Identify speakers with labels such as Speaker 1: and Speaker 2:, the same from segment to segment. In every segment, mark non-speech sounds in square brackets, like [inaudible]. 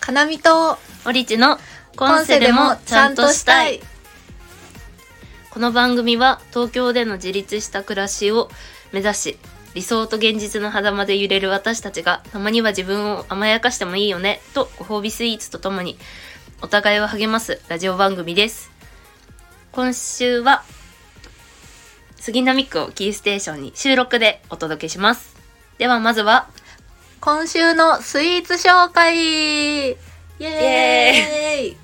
Speaker 1: 花見と
Speaker 2: オリチの
Speaker 1: 今
Speaker 2: 今世
Speaker 1: 世で
Speaker 2: でも
Speaker 1: もち
Speaker 2: ちゃ
Speaker 1: ゃ
Speaker 2: ん
Speaker 1: ん
Speaker 2: と
Speaker 1: と
Speaker 2: し
Speaker 1: したた
Speaker 2: い
Speaker 1: い。
Speaker 2: この番組は東京での自立した暮らしを目指し理想と現実の狭間で揺れる私たちがたまには自分を甘やかしてもいいよねとご褒美スイーツとともにお互いを励ますラジオ番組です今週は杉並区をキーステーションに収録でお届けしますではまずは
Speaker 1: 今週のスイーツ紹介イエーイ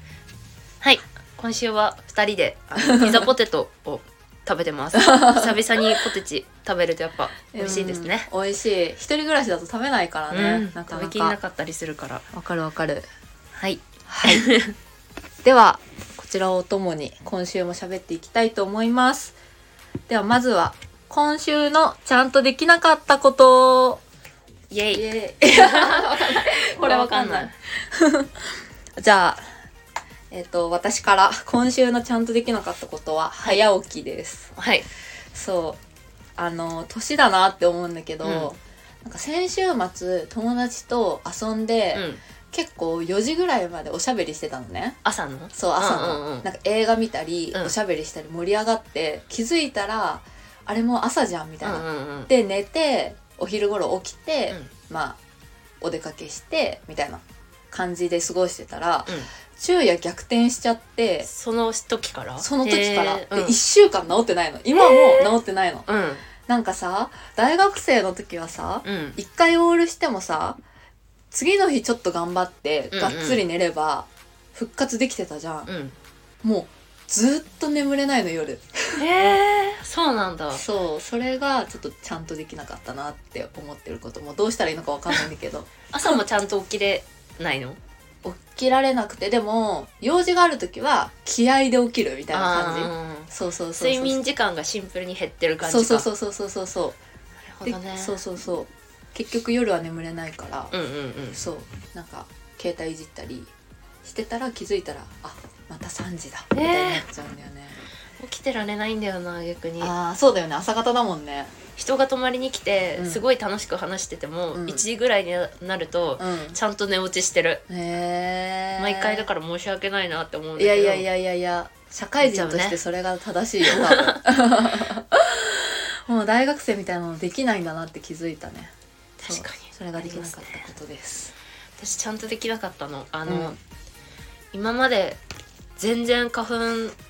Speaker 2: はい今週は2
Speaker 1: [laughs]
Speaker 2: 人であのピザポテトを食べてます久々にポテチ食べるとやっぱ美味しいですね、
Speaker 1: うん美味しい一人暮らしだと食べないからね、
Speaker 2: うん、
Speaker 1: なか
Speaker 2: 食
Speaker 1: な
Speaker 2: べきれな
Speaker 1: か
Speaker 2: かったりするから
Speaker 1: わかるわかる
Speaker 2: はい
Speaker 1: はいではこちらをともに今週も喋っていきたいと思いますではまずは今週のちゃんとできなかったこと
Speaker 2: イエイ
Speaker 1: イエーイわかんないこれわかんないじゃあ、えっ、と、私から今週のちゃんとできなかったことは早起きです。
Speaker 2: はい
Speaker 1: そう。あの、年だなって思うんだけど、
Speaker 2: うん
Speaker 1: なんか先週末友達と遊んで、
Speaker 2: うん
Speaker 1: 結構4時ぐらいまでおしゃべりしてたのね。
Speaker 2: 朝の
Speaker 1: そう、朝の。
Speaker 2: うんうんうん
Speaker 1: なんか映画見たり、
Speaker 2: うん
Speaker 1: おしゃべりしたり盛り上がって、気づいたら、あれもう朝じゃんみたいな。
Speaker 2: うんうんうん
Speaker 1: で、寝て、お昼頃起きて、
Speaker 2: うん
Speaker 1: まあ、お出かけして、みたいな感じで過ごしてたら、
Speaker 2: うん
Speaker 1: 昼夜逆転しちゃって
Speaker 2: その時から
Speaker 1: その時から、
Speaker 2: へ
Speaker 1: で
Speaker 2: ーうん
Speaker 1: 1週間治ってないの今も治ってないの、
Speaker 2: うん
Speaker 1: なんかさ大学生の時はさ
Speaker 2: うん
Speaker 1: 一回オールしてもさ次の日ちょっと頑張って
Speaker 2: うんうん
Speaker 1: がっつり寝れば復活できてたじゃん、
Speaker 2: うん
Speaker 1: もうずっと眠れないの夜
Speaker 2: へえそうなんだ
Speaker 1: そうそれがちょっとちゃんとできなかったなって思ってることもうどうしたらいいのかわかんないんだけど
Speaker 2: 朝もちゃんと起きれないの
Speaker 1: 起きられなくてでも用事がある時は気合で起きるみたいな感じ
Speaker 2: あー
Speaker 1: そうそうそうそう
Speaker 2: 睡眠時間がシンプルに減ってる感じ
Speaker 1: そう
Speaker 2: か
Speaker 1: そうそうそうそうそうそう
Speaker 2: なるほどね
Speaker 1: でそうそうそう結局夜は眠れないから、
Speaker 2: うんうんうん
Speaker 1: そうなんか携帯いじったりしてたら気づいたらあまた3時だみ
Speaker 2: ね
Speaker 1: たいになっちゃうんだよね、
Speaker 2: 起きてられないんだよな逆に
Speaker 1: ああそうだよね朝方だもんね
Speaker 2: 人が泊まりに来て、
Speaker 1: うん
Speaker 2: すごい楽しく話してても、
Speaker 1: うん
Speaker 2: 1時ぐらいになると、
Speaker 1: う
Speaker 2: ちゃんと寝落ちしてる
Speaker 1: んへえ
Speaker 2: 毎回だ
Speaker 1: か
Speaker 2: から申し訳ないなって思う
Speaker 1: い
Speaker 2: んだけど
Speaker 1: やいやいやいやいや社会人としてそれが正しいよ多分 [laughs] もう大学生みたいなのできないんだなって気づいたね
Speaker 2: 確かに
Speaker 1: そうそれができなかった
Speaker 2: ありますね
Speaker 1: ことです
Speaker 2: 私ちゃんとできなかったのあの、
Speaker 1: うん
Speaker 2: 今まで全然花粉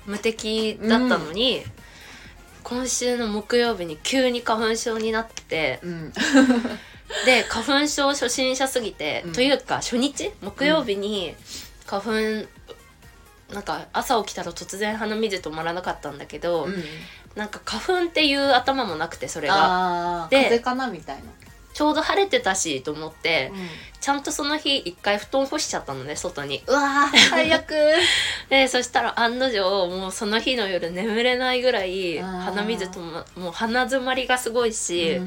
Speaker 2: 無敵だったのに、今週の木曜日に急に花粉症になって
Speaker 1: うん
Speaker 2: で花粉症初心者すぎて、
Speaker 1: うん
Speaker 2: というか初日木曜日に花粉、なんか朝起きたら突然鼻水止まらなかったんだけど、
Speaker 1: うん
Speaker 2: なんか花粉っていう頭もなくてそれが
Speaker 1: ああ
Speaker 2: で
Speaker 1: 風邪かなみたいな
Speaker 2: ちょうど晴れてたしと思って、
Speaker 1: うん
Speaker 2: ちゃんとその日一回布団干しちゃったのね外に
Speaker 1: うわー最悪
Speaker 2: でそしたら案の定もうその日の夜眠れないぐらい
Speaker 1: あー
Speaker 2: 鼻水とももう鼻づまりがすごいし、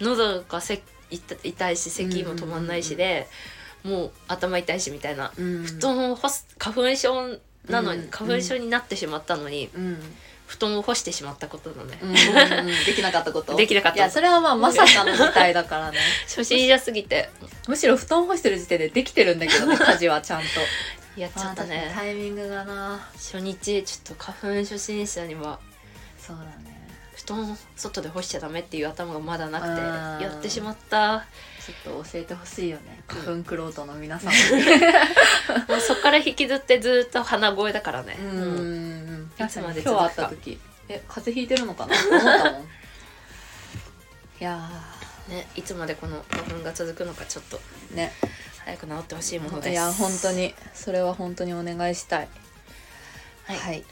Speaker 2: 喉がせ痛痛いし咳も止まんないしで、もう頭痛いしみたいな、
Speaker 1: うん
Speaker 2: 布団を干す花粉症なのに、
Speaker 1: うん
Speaker 2: 花粉症になってしまったのに
Speaker 1: うん、
Speaker 2: 布団を干してしまったことのね、
Speaker 1: うんうんうんできなかったこと
Speaker 2: できなかった
Speaker 1: いやそれはまあまさかの事態だからね [laughs]
Speaker 2: 初心者すぎて
Speaker 1: むしろ布団干してる時点でできてるんだけどね家事は [laughs] ちゃんと
Speaker 2: やっちゃ
Speaker 1: まあ
Speaker 2: った
Speaker 1: 確かに
Speaker 2: ね
Speaker 1: タイミングがな
Speaker 2: 初日ちょっと花粉初心者には
Speaker 1: そうだね
Speaker 2: 布団を外で干しちゃダメっていう頭がまだなく
Speaker 1: あー
Speaker 2: てやってしまった
Speaker 1: ちょっと教えてほしいよね
Speaker 2: うん
Speaker 1: 花粉クロートの皆さん
Speaker 2: もうそこから引きずってずっと鼻声だからね、
Speaker 1: も
Speaker 2: も [laughs] う
Speaker 1: 今日
Speaker 2: いつまで続くか
Speaker 1: 会った時え風邪ひいてるのかなって思ったも
Speaker 2: [laughs]
Speaker 1: んいや
Speaker 2: ね、いつまでこの花粉が続くのかちょっと
Speaker 1: ーね
Speaker 2: 早く治ってほしいものです
Speaker 1: いや本当、にそれは本当にお願いしたい
Speaker 2: はい
Speaker 1: い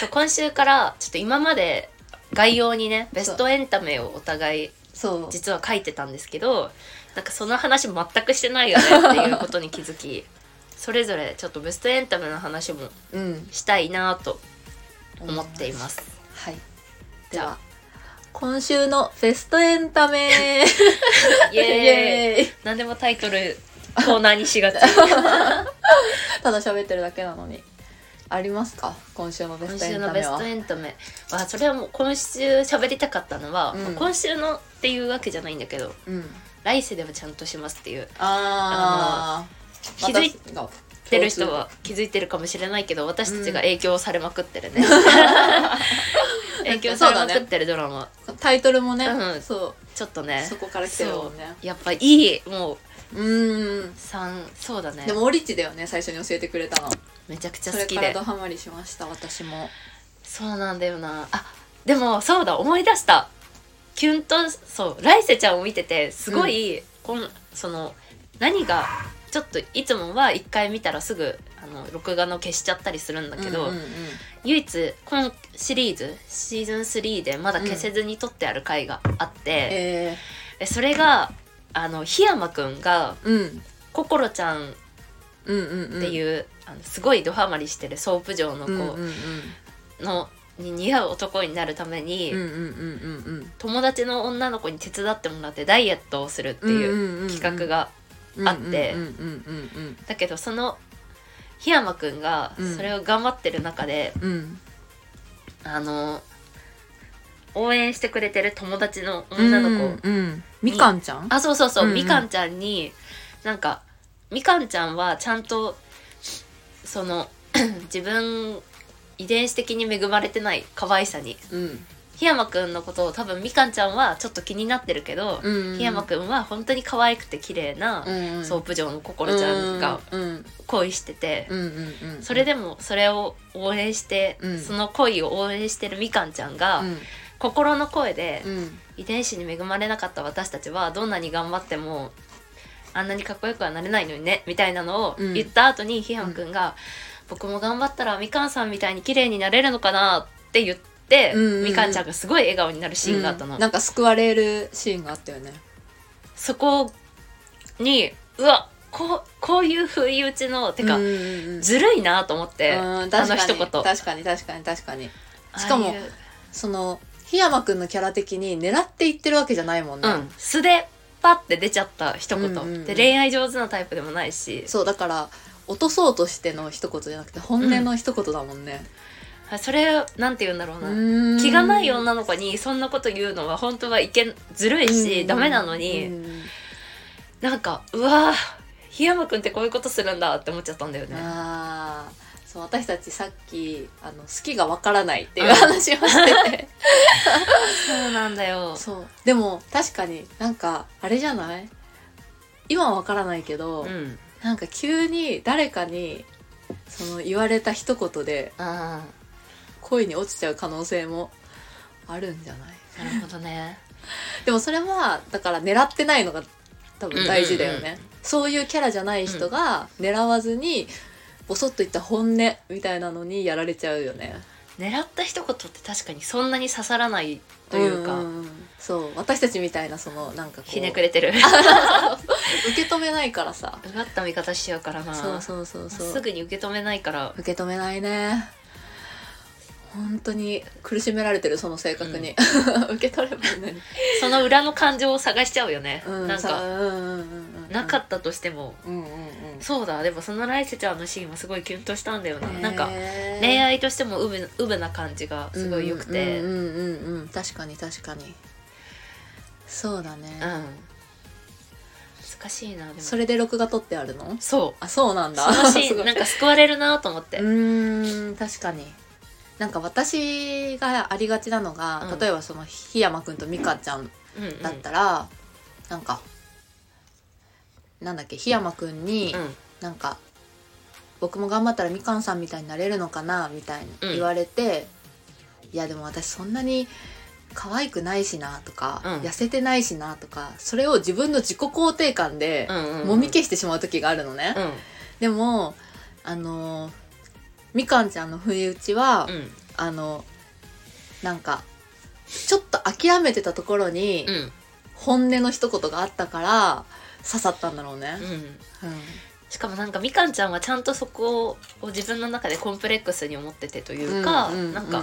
Speaker 2: そう今週からちょっと今まで概要にねベストエンタメをお互い
Speaker 1: そう
Speaker 2: 実は書いてたんですけどなんかその話全くしてないよねっていうことに気づき [laughs] それぞれちょっとベストエンタメの話も
Speaker 1: うん、。
Speaker 2: したいなと思っていますす。
Speaker 1: はい。
Speaker 2: じ
Speaker 1: で
Speaker 2: ゃあ
Speaker 1: は、今週のベストエンタメ
Speaker 2: [laughs] [laughs] イ
Speaker 1: イ
Speaker 2: エーイ
Speaker 1: エーイ
Speaker 2: 何でもタイトルコーナーにし [laughs] がち
Speaker 1: ただ喋ってるだけなのに。ありますか今週のベス
Speaker 2: 今
Speaker 1: トエ
Speaker 2: 週
Speaker 1: ン
Speaker 2: の
Speaker 1: タ
Speaker 2: ベ
Speaker 1: メ
Speaker 2: ス
Speaker 1: は
Speaker 2: ト。エンタメはそれはもう今週喋りたかったのは、
Speaker 1: うん
Speaker 2: まあ今週のっていうわけじゃないんだけど
Speaker 1: うん。
Speaker 2: 来世でもちゃんとしますっていう
Speaker 1: あ
Speaker 2: 気づい
Speaker 1: っ
Speaker 2: ってる人は気づいてるかもしれないけど私たちが影響されまくって [laughs] るね、影響されまくってるドラマ、
Speaker 1: タイトルもね、
Speaker 2: うん
Speaker 1: そ
Speaker 2: ちょっと
Speaker 1: う
Speaker 2: ね
Speaker 1: そこから来てるもんね
Speaker 2: やっぱいいもう
Speaker 1: うーん
Speaker 2: 三そうだね
Speaker 1: でもオリチだよね最初に教えてくれたの
Speaker 2: めちゃくちゃ
Speaker 1: そ
Speaker 2: 好
Speaker 1: れ
Speaker 2: き
Speaker 1: から
Speaker 2: で
Speaker 1: ドハマりしました私も
Speaker 2: そうなんだよなあでもそうだ思い出したキュンとそうライセちゃんを見ててすごい、こんその何がちょっといつもは一回見たらすぐあの録画の消しちゃったりするんだけど、
Speaker 1: うんうんうん
Speaker 2: 唯一このシリーズシーズン3でまだ消せずに撮ってある回があって、
Speaker 1: え
Speaker 2: でそれがあの檜山くんが
Speaker 1: ーうん
Speaker 2: ココロちゃんっ
Speaker 1: うんうんうん
Speaker 2: ていう、あのすごいドハマりしてるソープ嬢の子
Speaker 1: うんうんうん
Speaker 2: の、に似合う男になるために、
Speaker 1: うんうんうんうんうんっ
Speaker 2: 友達の女の子に手伝ってもらってダイエットをするっていう
Speaker 1: う
Speaker 2: 企画が、あって
Speaker 1: うんうんうん
Speaker 2: だけどその檜山くんが
Speaker 1: うん
Speaker 2: それを頑張ってる中で、
Speaker 1: うんうん
Speaker 2: あの応援してくれてる友達の女の子、
Speaker 1: うんうんみかんちゃん
Speaker 2: あそうそうそう、
Speaker 1: うんうん
Speaker 2: みかんちゃんになんかみかんちゃんはちゃんとその [clears throat] 自分遺伝子的に恵まれてない可愛さに
Speaker 1: うん
Speaker 2: 檜山くんのことを多分みかんちゃんはちょっと気になってるけど
Speaker 1: うんうん
Speaker 2: 檜山くんは本当に可愛くて綺麗な
Speaker 1: うんうん
Speaker 2: ソープ嬢の心ちゃんが
Speaker 1: うんうん
Speaker 2: 恋してて
Speaker 1: うんうんうん
Speaker 2: それでもそれを応援して
Speaker 1: うん
Speaker 2: その恋を応援してるみかんちゃんが
Speaker 1: うん
Speaker 2: 心の声で
Speaker 1: うん
Speaker 2: 遺伝子に恵まれなかった私たちはどんなに頑張ってもあんなにかっこよくはなれないのにねみたいなのを
Speaker 1: うん
Speaker 2: 言った後にひやんくんが、僕も頑張ったらみかんさんみたいに綺麗になれるのかなって言って、
Speaker 1: うんうんうん
Speaker 2: みかんちゃんがすごい笑顔になるシーンがあったの、
Speaker 1: うんなんか救われるシーンがあったよね
Speaker 2: そこにうわこうこういう不意打ちのてか、
Speaker 1: うんうんうん
Speaker 2: ずるいなと思って、
Speaker 1: うん
Speaker 2: あ
Speaker 1: 確かに
Speaker 2: の一言
Speaker 1: 確かに確かに確かにしかも
Speaker 2: ああいう
Speaker 1: その檜山くんのキャラ的に狙っていってるわけじゃないもんね、
Speaker 2: うん、素でパッて出ちゃった一言、
Speaker 1: うんうんうん
Speaker 2: で恋愛上手なタイプでもないし
Speaker 1: そうだから落とそうとしての一言じゃなくて本音の一言だもんね、
Speaker 2: あそれなんて言うんだろうな、
Speaker 1: うん
Speaker 2: 気がない女の子にそんなこと言うのは本当はいけんずるいし、ダメなのに、
Speaker 1: うん
Speaker 2: なんかうわー檜山くんってこういうことするんだって思っちゃったんだよね。
Speaker 1: あーそう私たちさっきあの好きがわからないっていう話をしてて、
Speaker 2: [laughs] そうなんだよ。
Speaker 1: そうでも確かになんかあれじゃない今はわからないけど、
Speaker 2: うん。
Speaker 1: なんか急に誰かにその言われた一言で
Speaker 2: あ
Speaker 1: 恋に落ちちゃう可能性もあるんじゃない
Speaker 2: あ、なるほどね。
Speaker 1: でもそれはだから狙ってないのが多分大事だよね、
Speaker 2: うんうんうん
Speaker 1: そういうキャラじゃない人が狙わずにボソッと言った本音みたいなのにやられちゃうよね
Speaker 2: [laughs] 狙った一言って確かにそんなに刺さらないというか、
Speaker 1: んんそう私たちみたいなそのなんかこう
Speaker 2: ひねくれてる。 [laughs]
Speaker 1: 受け止めないからさ
Speaker 2: うがった見方しちゃうからな。
Speaker 1: そうそうそうそう
Speaker 2: すぐに受け止めないから。
Speaker 1: 受け止めないね本当に苦しめられてるその性格に、 [laughs] 受け取ればいいのに、
Speaker 2: その裏の感情を探しちゃうよね。
Speaker 1: うん、
Speaker 2: なん
Speaker 1: さ
Speaker 2: か、
Speaker 1: うんうんうんうん
Speaker 2: なかったとしても。
Speaker 1: うんうんうん
Speaker 2: そうだ、でもそのライセちゃんのシーンはすごいキュンとしたんだよな。なんか、
Speaker 1: へー
Speaker 2: 恋愛としてもうぶうぶな感じがすごい良くて、
Speaker 1: う
Speaker 2: う
Speaker 1: うん
Speaker 2: んん
Speaker 1: うんうんうん確かに確かにそうだね、
Speaker 2: 難しいなでも
Speaker 1: それで録画撮ってあるの
Speaker 2: そう
Speaker 1: あそうなんだ
Speaker 2: そのシ
Speaker 1: す
Speaker 2: ー
Speaker 1: ご
Speaker 2: ン
Speaker 1: い
Speaker 2: なんか救われるなと思って
Speaker 1: うーん確かになんか私がありがちなのが、
Speaker 2: うん
Speaker 1: 例えばその檜山くんと美香ちゃん
Speaker 2: うんうん
Speaker 1: だったら、なんかなんだっけ檜山くんに、
Speaker 2: うん
Speaker 1: なんか僕も頑張ったらみかんさんみたいになれるのかなみたいに
Speaker 2: うん
Speaker 1: 言われて、いやでも私そんなに可愛くないしなとか、
Speaker 2: うん
Speaker 1: 痩せてないしなとかそれを自分の自己肯定感で
Speaker 2: うんうんうん
Speaker 1: もみ消してしまう時があるのね、
Speaker 2: うん
Speaker 1: でもあのーみかんちゃんの不意打ちは、
Speaker 2: うん
Speaker 1: あのなんかちょっと諦めてたところに
Speaker 2: うん
Speaker 1: 本音の一言があったから刺さったんだろうね。
Speaker 2: うん
Speaker 1: うん
Speaker 2: しかもなんかみかんちゃんはちゃんとそこを自分の中でコンプレックスに思っててというか、なんか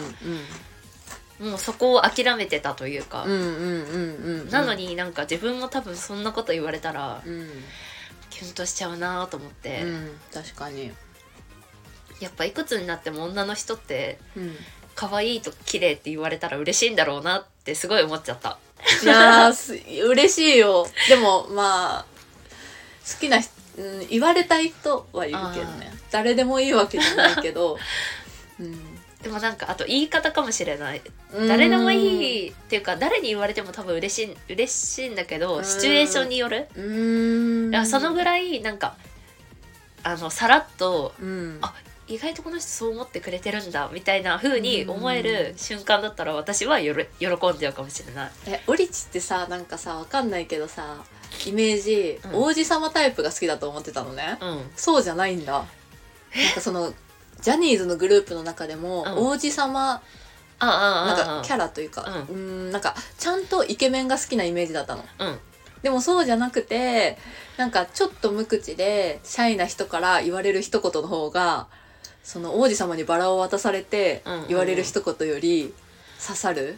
Speaker 2: もうそこを諦めてたというか、
Speaker 1: うんうんうんうんうん
Speaker 2: なの、になんか自分も多分そんなこと言われたら
Speaker 1: うん
Speaker 2: キュンとしちゃうなと思って、
Speaker 1: うん、確かに、
Speaker 2: やっぱいくつになっても女の人って [laughs]
Speaker 1: うん、
Speaker 2: 可愛いと綺麗って言われたら嬉しいんだろうなってすごい思っちゃった
Speaker 1: いやーす嬉しいよでもまあ好きな人うん、言われたい人は言うけどね誰でもいいわけじゃないけ
Speaker 2: [laughs]
Speaker 1: ど、うん
Speaker 2: でもなんかあと言い方かもしれない誰でも
Speaker 1: い
Speaker 2: いいっていうか誰に言われても多分嬉しい嬉しいんだけ
Speaker 1: う
Speaker 2: ど
Speaker 1: ん
Speaker 2: シチュエーションによる
Speaker 1: うーん
Speaker 2: いやそのぐらいなんかあのさらっと
Speaker 1: うん
Speaker 2: あ意外とこの人そう思ってくれてるんだみたいな風に思える瞬間だったら私はよろ喜んじゃうかもしれない
Speaker 1: えオリチってさなんかさわかんないけどさイメージ、
Speaker 2: うん
Speaker 1: 王子様タイプが好きだと思ってたのね、
Speaker 2: うん
Speaker 1: そうじゃないんだなんかそのジャニーズのグループの中でも、
Speaker 2: うん
Speaker 1: 王子様
Speaker 2: ああ
Speaker 1: なん
Speaker 2: ああ
Speaker 1: かキャラというかう
Speaker 2: うん
Speaker 1: んなんかちゃんとイケメンが好きなイメージだったの
Speaker 2: うん
Speaker 1: でもそうじゃなくてなんかちょっと無口でシャイな人から言われる一言の方がその王子様にバラを渡されて
Speaker 2: うんうんうん
Speaker 1: 言われる一言より刺さ
Speaker 2: [laughs]
Speaker 1: る、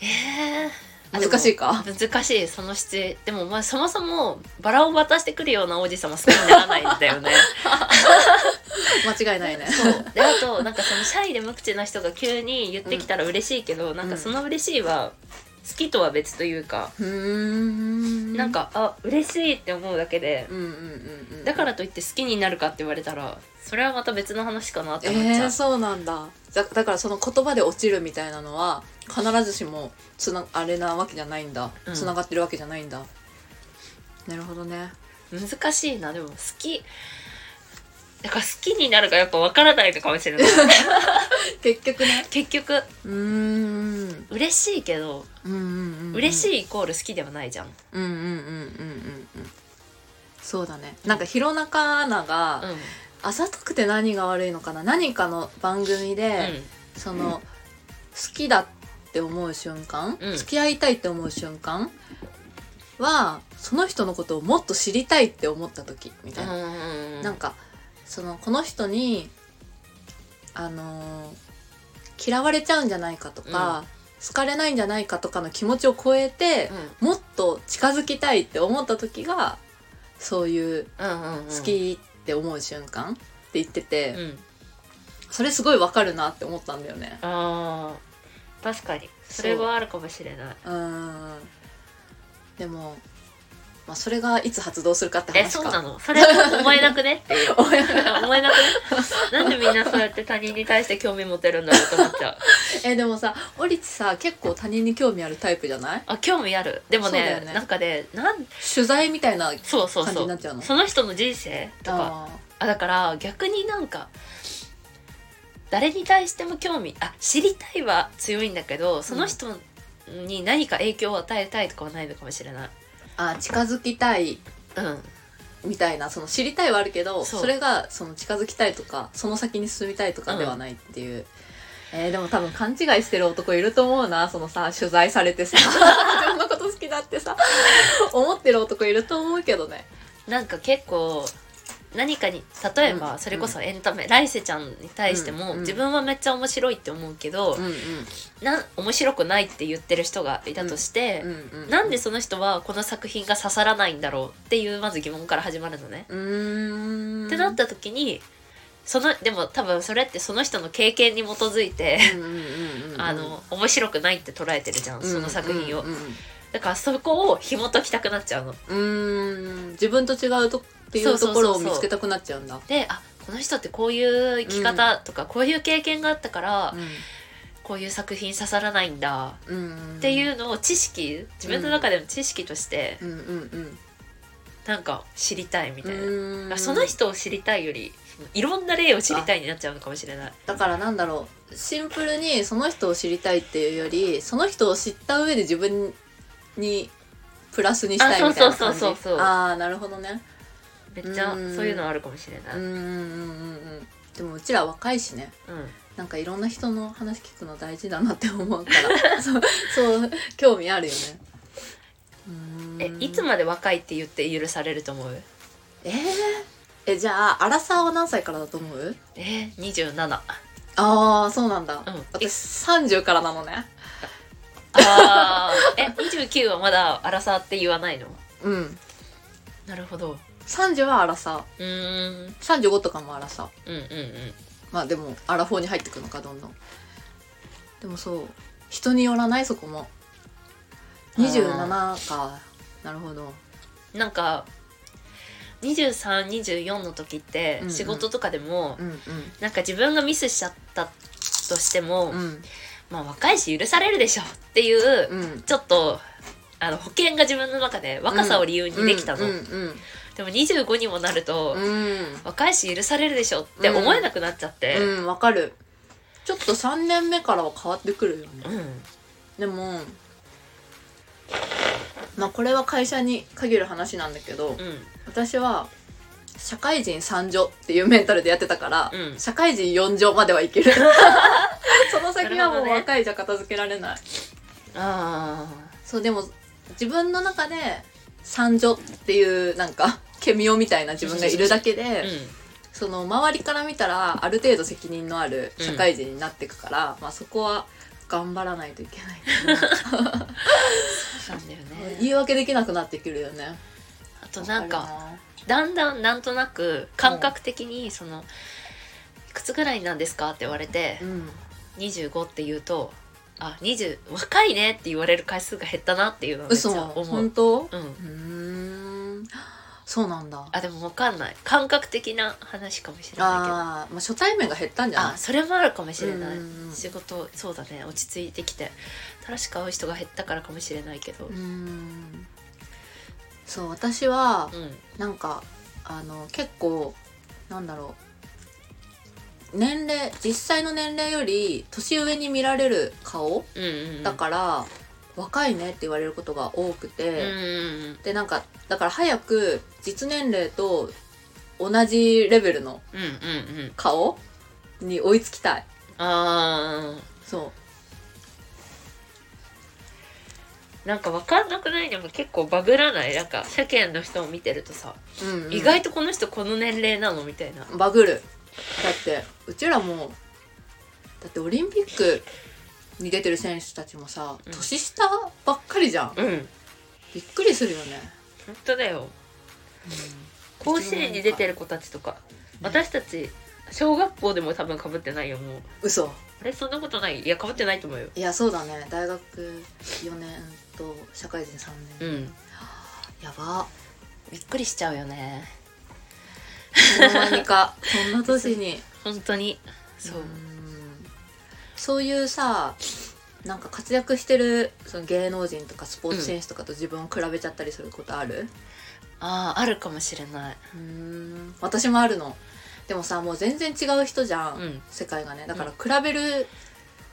Speaker 2: えー
Speaker 1: 難しいか
Speaker 2: でも難しいそのシチュエでもまあそもそもバラを渡してくるような王子様好きにならないんだよね
Speaker 1: 間違いないね
Speaker 2: そうであとなんかそのシャイで無口な人が急に言ってきたら嬉しいけど、なんかその嬉しいは好きとは別というか、
Speaker 1: うーん
Speaker 2: なんかあ嬉しいって思うだけで、
Speaker 1: うんうんうんうん
Speaker 2: だからといって好きになるかって言われたらそれはまた別の話かなって
Speaker 1: え
Speaker 2: 思っちゃ
Speaker 1: ー、
Speaker 2: う、
Speaker 1: そうなんだだだからその言葉で落ちるみたいなのは必ずしもつなあれなわけじゃないんだ
Speaker 2: うん
Speaker 1: つながってるわけじゃないんだ、なるほどね
Speaker 2: 難しいなでも好きだから好きになるかやっぱ分からないのかもし
Speaker 1: [laughs]
Speaker 2: れない
Speaker 1: 結局ね
Speaker 2: 結局
Speaker 1: うーん
Speaker 2: 嬉しいけど
Speaker 1: うんうんうん、うん、
Speaker 2: 嬉し
Speaker 1: い
Speaker 2: いイコール好きではないじゃん。
Speaker 1: うんうんうんうんうんうんそうだねなんか弘中アナが、
Speaker 2: うん。
Speaker 1: あざとくて何が悪いのかな何かの番組で、その、好きだって思う瞬間、
Speaker 2: うん
Speaker 1: 付き合いたいって思う瞬間はその人のことをもっと知りたいって思った時みたいな、
Speaker 2: うん。
Speaker 1: なんかそのこの人にあのー嫌われちゃうんじゃないかとか、好かれないんじゃないかとかの気持ちを超えて
Speaker 2: う、。
Speaker 1: もっと近づきたいって思った時がそういうん
Speaker 2: うんうんうん。
Speaker 1: 好。きって思う瞬間って言ってて、
Speaker 2: うん。
Speaker 1: それすごいわかるなって思ったんだよね。
Speaker 2: ああ。確かに。それはあるかもしれない。
Speaker 1: うーんでも、まあ、それがいつ発動するかって話
Speaker 2: え、
Speaker 1: か
Speaker 2: そうなのそれは思えなくねって [laughs] いう。思えなくね [laughs] なんでみんなそうやって他人に対して興味持てるんだろうと思っちゃう。
Speaker 1: [laughs] えでもさオリチさ結構他人に興味あるタイプじゃない
Speaker 2: [laughs] あ、興味ある。でも
Speaker 1: そうだよ
Speaker 2: ね、
Speaker 1: ね
Speaker 2: なんかね、なん、
Speaker 1: 取材みたいな
Speaker 2: そうそう
Speaker 1: 感じ
Speaker 2: そ
Speaker 1: にな
Speaker 2: う
Speaker 1: っ。ちゃうの
Speaker 2: その人の人生と
Speaker 1: あ
Speaker 2: か、あだから逆になんか誰に対しても興味あ知りたいは強いんだけどその人に何か影響を与えたいとかはないのかもしれない。
Speaker 1: ーあ近づきたい
Speaker 2: うん、
Speaker 1: みたいなその知りたいはあるけど
Speaker 2: そ
Speaker 1: そうれがその近づきたいとかその先に進みたいとかではないっていう、えーでも多分勘違いしてる男いると思うなそのさ取材され
Speaker 2: [laughs]
Speaker 1: てさ自分のこと好きだってさ思ってる男いると思うけどね
Speaker 2: なんか結構何かに例え
Speaker 1: う
Speaker 2: ば
Speaker 1: ん
Speaker 2: それこそエンタメ、来世ちゃんに対しても、
Speaker 1: うん
Speaker 2: 自分はめっちゃ面白いって思うけど、
Speaker 1: ん
Speaker 2: なん面白くないって言ってる人がいたとして、
Speaker 1: うんうん
Speaker 2: なんでその人はこの作品が刺さらないんだろうっていうまず疑問から始まるのね。
Speaker 1: うーん
Speaker 2: ってなった時にそのでも多分それってその人の経験に基づいて、
Speaker 1: うんうんうんうん
Speaker 2: あの面白くないって捉えてるじゃんその作品を、
Speaker 1: うんうん
Speaker 2: だからそこを紐解きたくなっちゃうの。
Speaker 1: うんうん自分と違うとってい
Speaker 2: そううそ
Speaker 1: と
Speaker 2: うそうそう
Speaker 1: ころを見つけたくなっちゃうんだ
Speaker 2: であこの人ってこういう生き方とか、こういう経験があったから、こういう作品刺さらないんだ
Speaker 1: うん
Speaker 2: って
Speaker 1: う
Speaker 2: い
Speaker 1: ん
Speaker 2: うのを知識自分の中での知識として
Speaker 1: うんうん
Speaker 2: なんか知りたいみたいな、
Speaker 1: うんうん
Speaker 2: あその人を知りたいよりそのいろんな例を知りたいになっちゃうのかもしれない。
Speaker 1: だからなんだろうシンプルにその人を知りたいっていうよりその人を知った上で自分にプラスにしたいみたいな感
Speaker 2: あそう
Speaker 1: じ
Speaker 2: そうそうそうそう
Speaker 1: ああなるほどね
Speaker 2: めっちゃそう
Speaker 1: うん
Speaker 2: いうのあるかもしれな
Speaker 1: う
Speaker 2: い。
Speaker 1: ん
Speaker 2: うん
Speaker 1: うんうんうんでもうちら若いしねなんかいろんな人の話聞くの大事だなって思うからそうそう興味あるよねうー
Speaker 2: え
Speaker 1: ん
Speaker 2: いつまで若いって言って許されると思う
Speaker 1: えー、えじゃあアラサーは何歳からだと思う
Speaker 2: えー、27あ
Speaker 1: ああそうなんだ、
Speaker 2: うん
Speaker 1: 私30からなのね
Speaker 2: あーえ29はまだアラサーって言わないの
Speaker 1: うん
Speaker 2: なるほど
Speaker 1: 30はアラサ
Speaker 2: うーん
Speaker 1: ー35とかもアラサー
Speaker 2: うんうんうん
Speaker 1: まあでもアラフォーに入ってくのかどんどんでもそう人によらないそこも27かなるほど
Speaker 2: なんか2324の時って
Speaker 1: うんうん
Speaker 2: 仕事とかでも、
Speaker 1: うん
Speaker 2: なんか自分がミスしちゃったとしても、
Speaker 1: うんうん
Speaker 2: まあ若いし許されるでしょっていう、
Speaker 1: うん
Speaker 2: ちょっとあの保険が自分の中で若さを理由にできたの、
Speaker 1: うんうん
Speaker 2: でも25にもなると、
Speaker 1: うん
Speaker 2: 若いし許されるでしょって思えなくなっちゃって、
Speaker 1: うんわかるちょっと3年目からは変わってくるよね
Speaker 2: うん
Speaker 1: でもまあこれは会社に限る話なんだけど、
Speaker 2: うん
Speaker 1: 私は社会人3乗っていうメンタルでやってたから、
Speaker 2: うん
Speaker 1: 社会人4乗まではい
Speaker 2: [laughs]
Speaker 1: けるその先は
Speaker 2: な
Speaker 1: も
Speaker 2: るほど
Speaker 1: う
Speaker 2: ね
Speaker 1: 若いじゃ片付けられない、
Speaker 2: あ
Speaker 1: そうでも自分の中で3乗っていうなんかケミオみたいな自分がいるだけで、
Speaker 2: あうん
Speaker 1: その周りから見たらある程度責任のある社会人になっていくから、まあそこは頑張らないといけないか
Speaker 2: そうなんだよ
Speaker 1: な
Speaker 2: ね
Speaker 1: 言い訳できなくなってくるよね
Speaker 2: あとなんかだんだんなんとなく感覚的にその「いくつぐらいなんですか?」って言われて
Speaker 1: うん
Speaker 2: 25って言うと「あ20若いね」って言われる回数が減ったなっていうのはめっち
Speaker 1: 嘘
Speaker 2: ゃ思
Speaker 1: 本
Speaker 2: う、
Speaker 1: 当う
Speaker 2: うん、
Speaker 1: ーんそうなんだ
Speaker 2: あでも分かんない感覚的な話かもしれない
Speaker 1: あー、まあ、初対面が減ったんじ
Speaker 2: けど
Speaker 1: ゃな
Speaker 2: あ
Speaker 1: い
Speaker 2: それもあるかもしれない
Speaker 1: うんうんうん
Speaker 2: 仕事そうだね落ち着いてきて正しく会う人が減ったからかもしれないけど
Speaker 1: うーんそう私は
Speaker 2: うん
Speaker 1: なんかあの結構なんだろう年齢実際の年齢より年上に見られる顔
Speaker 2: うんうんうん
Speaker 1: だから、若いねって言われることが多く
Speaker 2: うん
Speaker 1: て、
Speaker 2: うんうん
Speaker 1: でなんかだから早く実年齢と同じレベルの
Speaker 2: うんうんうん
Speaker 1: 顔に追いつきたい
Speaker 2: あ
Speaker 1: そ
Speaker 2: ーなんか分かんなくないでも結構バグらないなんか世間の人を見てるとさ、
Speaker 1: う、うんうん
Speaker 2: 意外とこの人この年齢なのみたいな
Speaker 1: バグるだってうちらもだってオリンピックに出てる選手たちもさ
Speaker 2: うん
Speaker 1: 年下ばっかりじゃん
Speaker 2: うん
Speaker 1: びっくりするよね、
Speaker 2: 本当だよ甲子園に出てる子たちとか私たち小学校でも多分かぶってないよもう
Speaker 1: 嘘
Speaker 2: あれそんなことないいやかぶってないと思うよ
Speaker 1: いやそうだね大学4年と社会人3
Speaker 2: う
Speaker 1: 年、
Speaker 2: ん
Speaker 1: やば
Speaker 2: びっくりしちゃうよね
Speaker 1: その間にかそんな年に
Speaker 2: 本当にそう、
Speaker 1: んそういうさなんか活躍してるその芸能人とかスポーツ選手とかと自分を比べちゃったりすることある、
Speaker 2: あああるかもしれないう
Speaker 1: ーん私もあるのでもさもう全然違う人じゃん、
Speaker 2: うん
Speaker 1: 世界がねだから比べる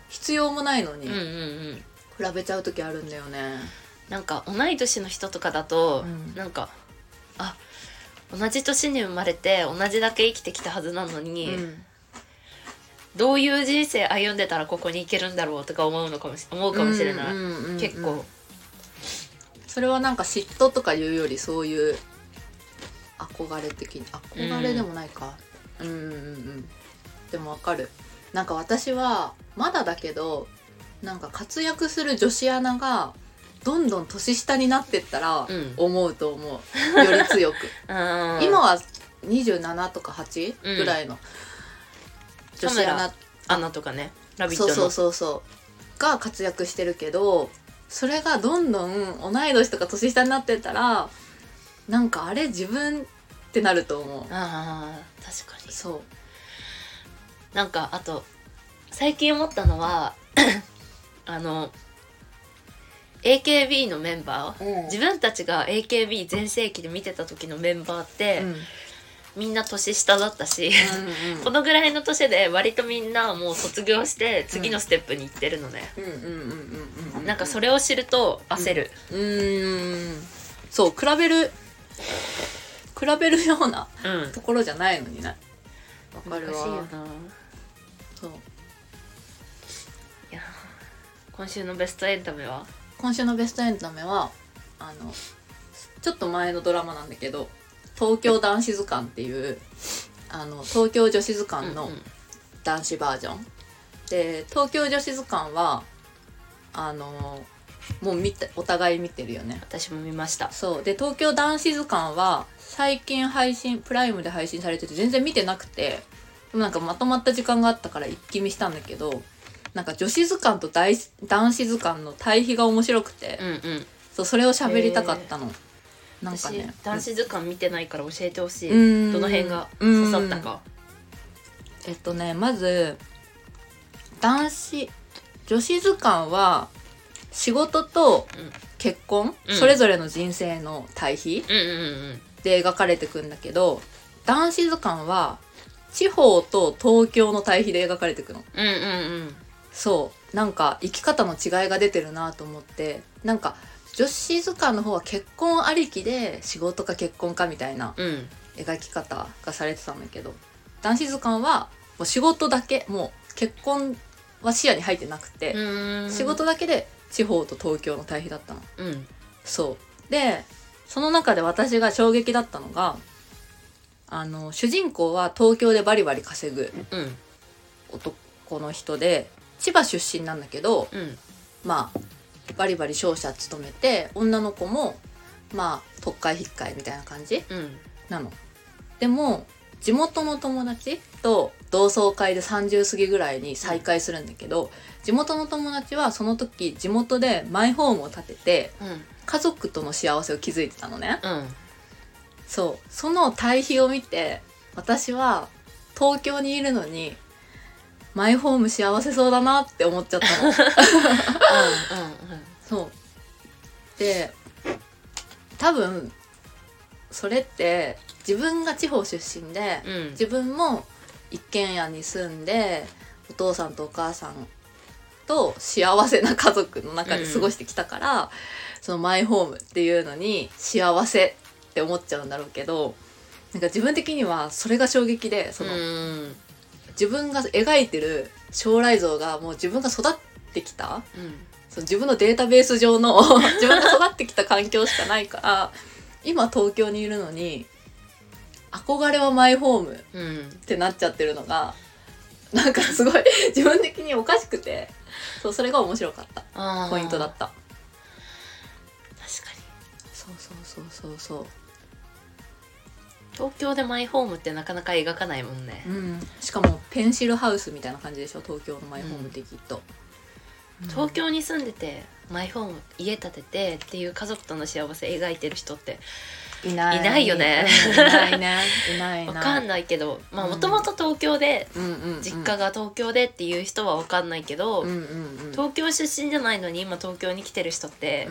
Speaker 1: 必要もないのに、
Speaker 2: うんうん
Speaker 1: 比
Speaker 2: うん
Speaker 1: べちゃう時あるんだよね
Speaker 2: なんか同い年の人とかだと、
Speaker 1: うん
Speaker 2: なんかあ同じ年に生まれて同じだけ生きてきたはずなのに、
Speaker 1: うん
Speaker 2: どういう人生歩んでたらここに行けるんだろうとか思うのかもし思うかもしれな
Speaker 1: う
Speaker 2: い、
Speaker 1: んうんうんうん
Speaker 2: 結構
Speaker 1: それはなんか嫉妬とかいうよりそういう憧れ的に憧れでもないか、うん、うんうんうんでもわかるなんか私はまだだけどなんか活躍する女子アナがどんどん年下になってったら
Speaker 2: うん
Speaker 1: 思うと思う、より [laughs] 強く
Speaker 2: あー
Speaker 1: 今は27とか8ぐらいの女子アナ
Speaker 2: アナとかね「ラビット!」
Speaker 1: そう
Speaker 2: の
Speaker 1: そうそうそうが活躍してるけどそれがどんどん同い年とか年下になってったらなんかあれ自分ってなると思
Speaker 2: あー確か
Speaker 1: う
Speaker 2: に
Speaker 1: そう
Speaker 2: なんかあと最近思ったのは [coughs] あの AKB のメンバー、
Speaker 1: うん
Speaker 2: 自分たちが AKB 全盛期で見てた時のメンバーって、
Speaker 1: うん
Speaker 2: みんな年下だったし、
Speaker 1: う
Speaker 2: このぐらいの年で割とみんなもう卒業して次のステップに行ってるのね、
Speaker 1: んうんうんうんうんうん
Speaker 2: なんかそれを知ると焦る、
Speaker 1: うーんそう比べる比べるような
Speaker 2: うん
Speaker 1: ところじゃないのになわかる
Speaker 2: 難しいよ
Speaker 1: わ
Speaker 2: な
Speaker 1: そう
Speaker 2: いや今週のベストエンタメは
Speaker 1: 今週のベストエンタメはあのちょっと前のドラマなんだけど東京男子図鑑っていうあの東京女子図鑑
Speaker 2: う
Speaker 1: の
Speaker 2: んうん
Speaker 1: 男子バージョン、で東京女子図鑑はあのもう見てお互い見てるよね
Speaker 2: 私も見ました
Speaker 1: そうで東京男子図鑑は最近配信プライムで配信されてて全然見てなくてでもなんかまとまった時間があったから一気見したんだけどなんか女子図鑑と大男子図鑑の対比が面白くて、
Speaker 2: うんうん
Speaker 1: そうそれを喋りたかったの、なんか
Speaker 2: 私
Speaker 1: ね
Speaker 2: 男子図鑑見てないから教えてほしい、
Speaker 1: うん
Speaker 2: どの辺が刺さったか
Speaker 1: えっとねまず男子女子図鑑は仕事と
Speaker 2: うん
Speaker 1: 結婚、
Speaker 2: うん
Speaker 1: それぞれの人生の対比
Speaker 2: うんうんうん
Speaker 1: で描かれてくんだけど男子図鑑は地方と東京の対比で描かれてくの
Speaker 2: うんうんうん
Speaker 1: そうなんか生き方の違いが出てるなと思ってなんか女子図鑑の方は結婚ありきで仕事か結婚かみたいな
Speaker 2: うんうん
Speaker 1: 描き方がされてたんだけど男子図鑑はもう仕事だけもう結婚は視野に入ってなくて、
Speaker 2: うん
Speaker 1: 仕事だけで地方と東京の対比だったの
Speaker 2: うん
Speaker 1: そうでその中で私が衝撃だったのがあの主人公は東京でバリバリ稼ぐ
Speaker 2: うん
Speaker 1: 男の人で千葉出身なんだけど
Speaker 2: うん
Speaker 1: まあバリバリ商社勤めて女の子もまあ特会引っかえみたいな感じ
Speaker 2: うん
Speaker 1: なの。でも地元の友達と同窓会で30過ぎぐらいに再会するんだけど地元の友達はその時地元でマイホームを建てて
Speaker 2: うん
Speaker 1: 家族との幸せを築いてたのね
Speaker 2: うん
Speaker 1: そうその対比を見て私は東京にいるのにマイホーム幸せそうだなって思っちゃったのそうで多分それって自分が地方出身で
Speaker 2: うんうん
Speaker 1: 自分も一軒家に住んでお父さんとお母さんと幸せな家族の中で過ごしてきたから、そのマイホームっていうのに幸せって思っちゃうんだろうけどなんか自分的にはそれが衝撃でその、
Speaker 2: うん
Speaker 1: 自分が描いてる将来像がもう自分が育ってきた
Speaker 2: うん
Speaker 1: その自分のデータベース上の [laughs] 自分が育ってきた環境しかないから今東京にいるのに憧れはマイホーム
Speaker 2: うん
Speaker 1: ってなっちゃってるのがなんかすごい [laughs] 自分的におかしくてそうそれが面白かった
Speaker 2: あー
Speaker 1: ポイントだった
Speaker 2: 確かに
Speaker 1: そうそうそうそうそ
Speaker 2: 東京でマイホームってなかなか描かないもんね
Speaker 1: う、うん、しかもペンシルハウスみたいな感じでしょ東京のマイホームってきっと、うん
Speaker 2: 東京に住んでてマイホーム家建ててっていう家族との幸せ描いてる人って
Speaker 1: いない
Speaker 2: いないよね
Speaker 1: うんいないねいないい
Speaker 2: [laughs] わ
Speaker 1: ない
Speaker 2: かんないけどまあ
Speaker 1: うん
Speaker 2: もともと東京で
Speaker 1: うんうんうん、
Speaker 2: 実家が東京でっていう人はわかんないけど、
Speaker 1: うんうんうん
Speaker 2: 東京出身じゃないのに今東京に来てる人って、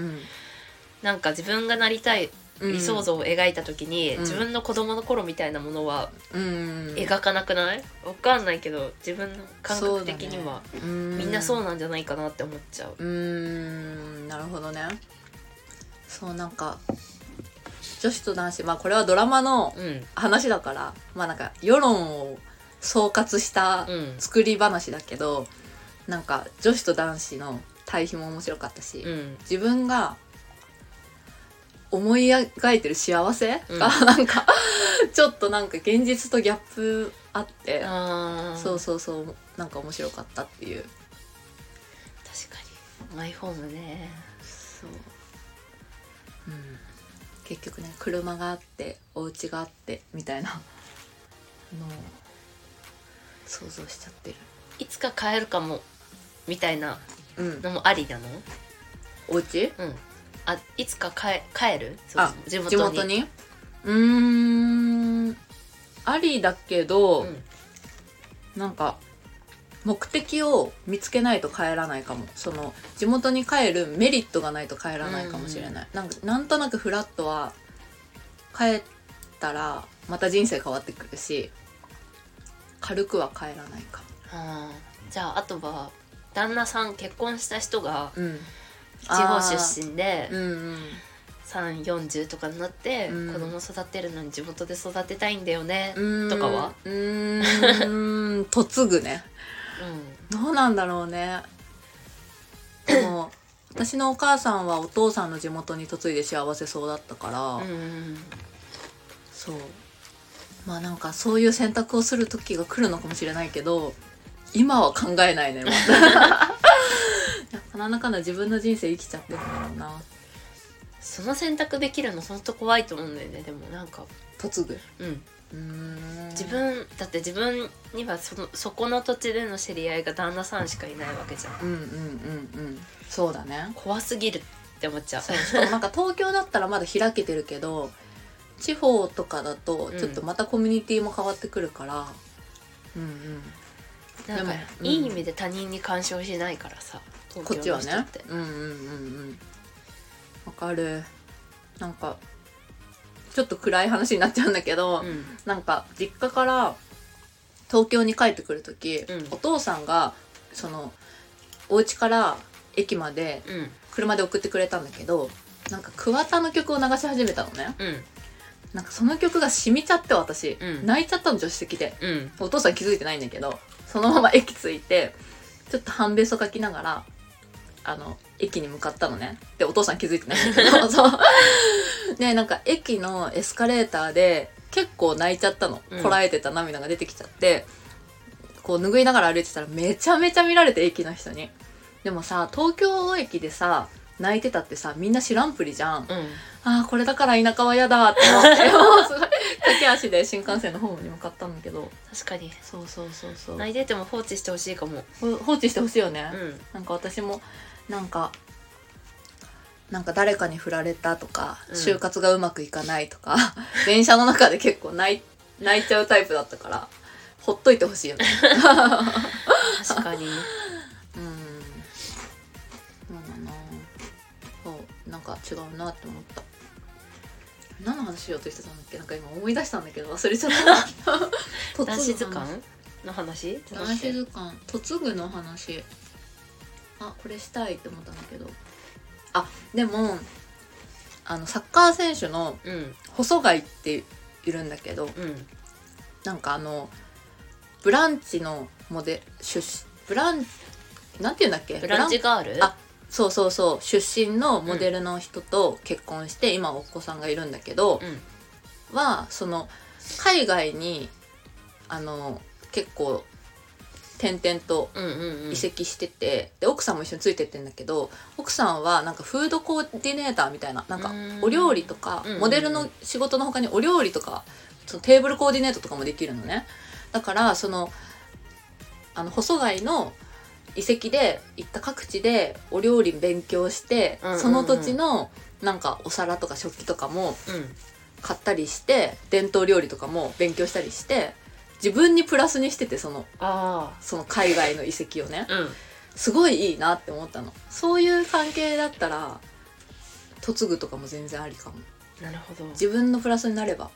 Speaker 2: なんか自分がなりたい
Speaker 1: うん
Speaker 2: 理想像を描いた時に、
Speaker 1: うん
Speaker 2: 自分の子供の頃みたいなものは
Speaker 1: うんうんうん
Speaker 2: 描かなくないわかんないけど自分の感覚的には、
Speaker 1: そうだねうん
Speaker 2: みんなそうなんじゃないかなって思っちゃう。
Speaker 1: うーんなるほどねそうなんか女子と男子まあこれはドラマの
Speaker 2: うん、
Speaker 1: 話だからまあなんか世論を総括した
Speaker 2: うん、
Speaker 1: 作り話だけどなんか女子と男子の対比も面白かったし、
Speaker 2: うん、
Speaker 1: 自分が思い描いてる幸せ
Speaker 2: うん
Speaker 1: がなんかちょっとなんか現実とギャップあって、
Speaker 2: ああ
Speaker 1: そうそうそうなんか面白かったっていう
Speaker 2: 確かにマイホームね
Speaker 1: そう、うん、結局ね車があってお家があってみたいなのを想像しちゃってる
Speaker 2: いつか買えるかもみたいな
Speaker 1: うん
Speaker 2: のもありなの
Speaker 1: お家
Speaker 2: うんあいつか買え帰る
Speaker 1: あ
Speaker 2: 地元
Speaker 1: 地
Speaker 2: に
Speaker 1: 元にうーんありだけど、
Speaker 2: うん
Speaker 1: なんか目的を見つけないと帰らないかもその地元に帰るメリットがないと帰らないかもしれない、なんかなんとなくフラットは帰ったらまた人生変わってくるし軽くは帰らないか
Speaker 2: あーじゃああとは旦那さん結婚した人が
Speaker 1: も、うん、
Speaker 2: 地方出身で
Speaker 1: うんうん
Speaker 2: 340とかになって、
Speaker 1: うん
Speaker 2: 子供育てるのに地元で育てたいんだよね
Speaker 1: う、ーん
Speaker 2: とかは
Speaker 1: うーん嫁ぐねどうなんだろうねでも私のお母さんはお父さんの地元に嫁いで幸せそうだったから、
Speaker 2: うん、うん
Speaker 1: そうまあなんかそういう選択をする時が来るのかもしれないけど今は考えないねま
Speaker 2: [laughs]
Speaker 1: だなかなかの自分の人生生きちゃってるんだろうな
Speaker 2: その選択できるのほんと怖いと思うんだよねでもなんか
Speaker 1: 嫁ぐ
Speaker 2: うん
Speaker 1: うーん
Speaker 2: 自分だって自分にはそのそこの土地での知り合いが旦那さんしかいないわけじゃん
Speaker 1: うんうんうんうんそうだね
Speaker 2: 怖すぎるって思っちゃう
Speaker 1: そうしかもなんか東京だったらまだ開けてるけど地方とかだとちょっとまたコミュニティも変わってくるから、うん、うん
Speaker 2: なんか
Speaker 1: でもうん
Speaker 2: いい意味で他人に干渉しないからさ
Speaker 1: こっ
Speaker 2: 東
Speaker 1: ち
Speaker 2: 京の
Speaker 1: は
Speaker 2: 人
Speaker 1: ね
Speaker 2: て
Speaker 1: うんうんうんうんわかるなんかちょっと暗い話になっちゃうんだけど、
Speaker 2: うん
Speaker 1: なんか実家から東京に帰ってくる時、
Speaker 2: うん
Speaker 1: お父さんがそのお家から駅まで
Speaker 2: うん
Speaker 1: 車で送ってくれたんだけどなんか桑田の曲を流し始めたのね
Speaker 2: うん
Speaker 1: なんかその曲が染みちゃって私、
Speaker 2: うん
Speaker 1: 泣いちゃったの助手席で
Speaker 2: うん
Speaker 1: お父さん気づいてないんだけどそのまま駅着いてちょっと半べそかきながらあの駅に向かったのねでお父さん気づいてないんだけ
Speaker 2: [laughs]
Speaker 1: どそうでなんか駅のエスカレーターで結構泣いちゃったの
Speaker 2: うん
Speaker 1: こらえてた涙が出てきちゃって、こう拭いながら歩いてたらめちゃめちゃ見られて駅の人にでもさ東京駅でさ泣いてたってさみんな知らんぷりじゃん、
Speaker 2: うん
Speaker 1: ああこれだから田舎は嫌だって [laughs] 思
Speaker 2: [laughs]
Speaker 1: ってもうすごい駆け足で新幹線のホームに向かったんだけど
Speaker 2: 確かに
Speaker 1: そうそうそうそう
Speaker 2: 泣いてても放置してほしいかも
Speaker 1: ほ放置してほしいよね、
Speaker 2: うん
Speaker 1: なんか私もなんかなんか誰かに振られたとか、
Speaker 2: うん
Speaker 1: 就活がうまくいかないとか [laughs] 電車の中で結構泣い泣いちゃうタイプだったからほっといてほしいよね
Speaker 2: 確か
Speaker 1: [laughs]
Speaker 2: に
Speaker 1: うんそうだなそうなんか違うなって思った何の話しようとしてたんだっけなんか今思い出したんだけど忘れちゃった [laughs] 突如の
Speaker 2: 男
Speaker 1: 話
Speaker 2: 子図鑑の話
Speaker 1: 男子図鑑嫁ぐの話あこれしたいって思ったんだけどあでもあのサッカー選手の
Speaker 2: うん
Speaker 1: 細貝っているんだけど
Speaker 2: うん
Speaker 1: なんかあのブランチのモデ出身ブランなんていうんだっけ
Speaker 2: ブランチガール
Speaker 1: あそうそうそう出身のモデルの人と結婚して、今お子さんがいるんだけど、
Speaker 2: うん
Speaker 1: はその海外にあの結構転々と
Speaker 2: うんうんうん
Speaker 1: 移籍してて、で奥さんも一緒についてってんだけど奥さんはなんかフードコーディネーターみたいななんか
Speaker 2: うん
Speaker 1: お料理とか
Speaker 2: うん
Speaker 1: モデルの仕事の他にお料理とかそのテーブルコーディネートとかもできるのねだからそのあの細貝の遺跡で行った各地でお料理勉強して、
Speaker 2: うんうんうん
Speaker 1: その土地のなんかお皿とか食器とかも
Speaker 2: うん
Speaker 1: 買ったりして伝統料理とかも勉強したりして自分にプラスにしててその
Speaker 2: あ
Speaker 1: その海外の遺跡をね
Speaker 2: あうん
Speaker 1: すごいいいなって思ったのそういう関係だったら嫁ぐとかも全然ありかも
Speaker 2: なるほど確
Speaker 1: 自分のプラスになれば
Speaker 2: か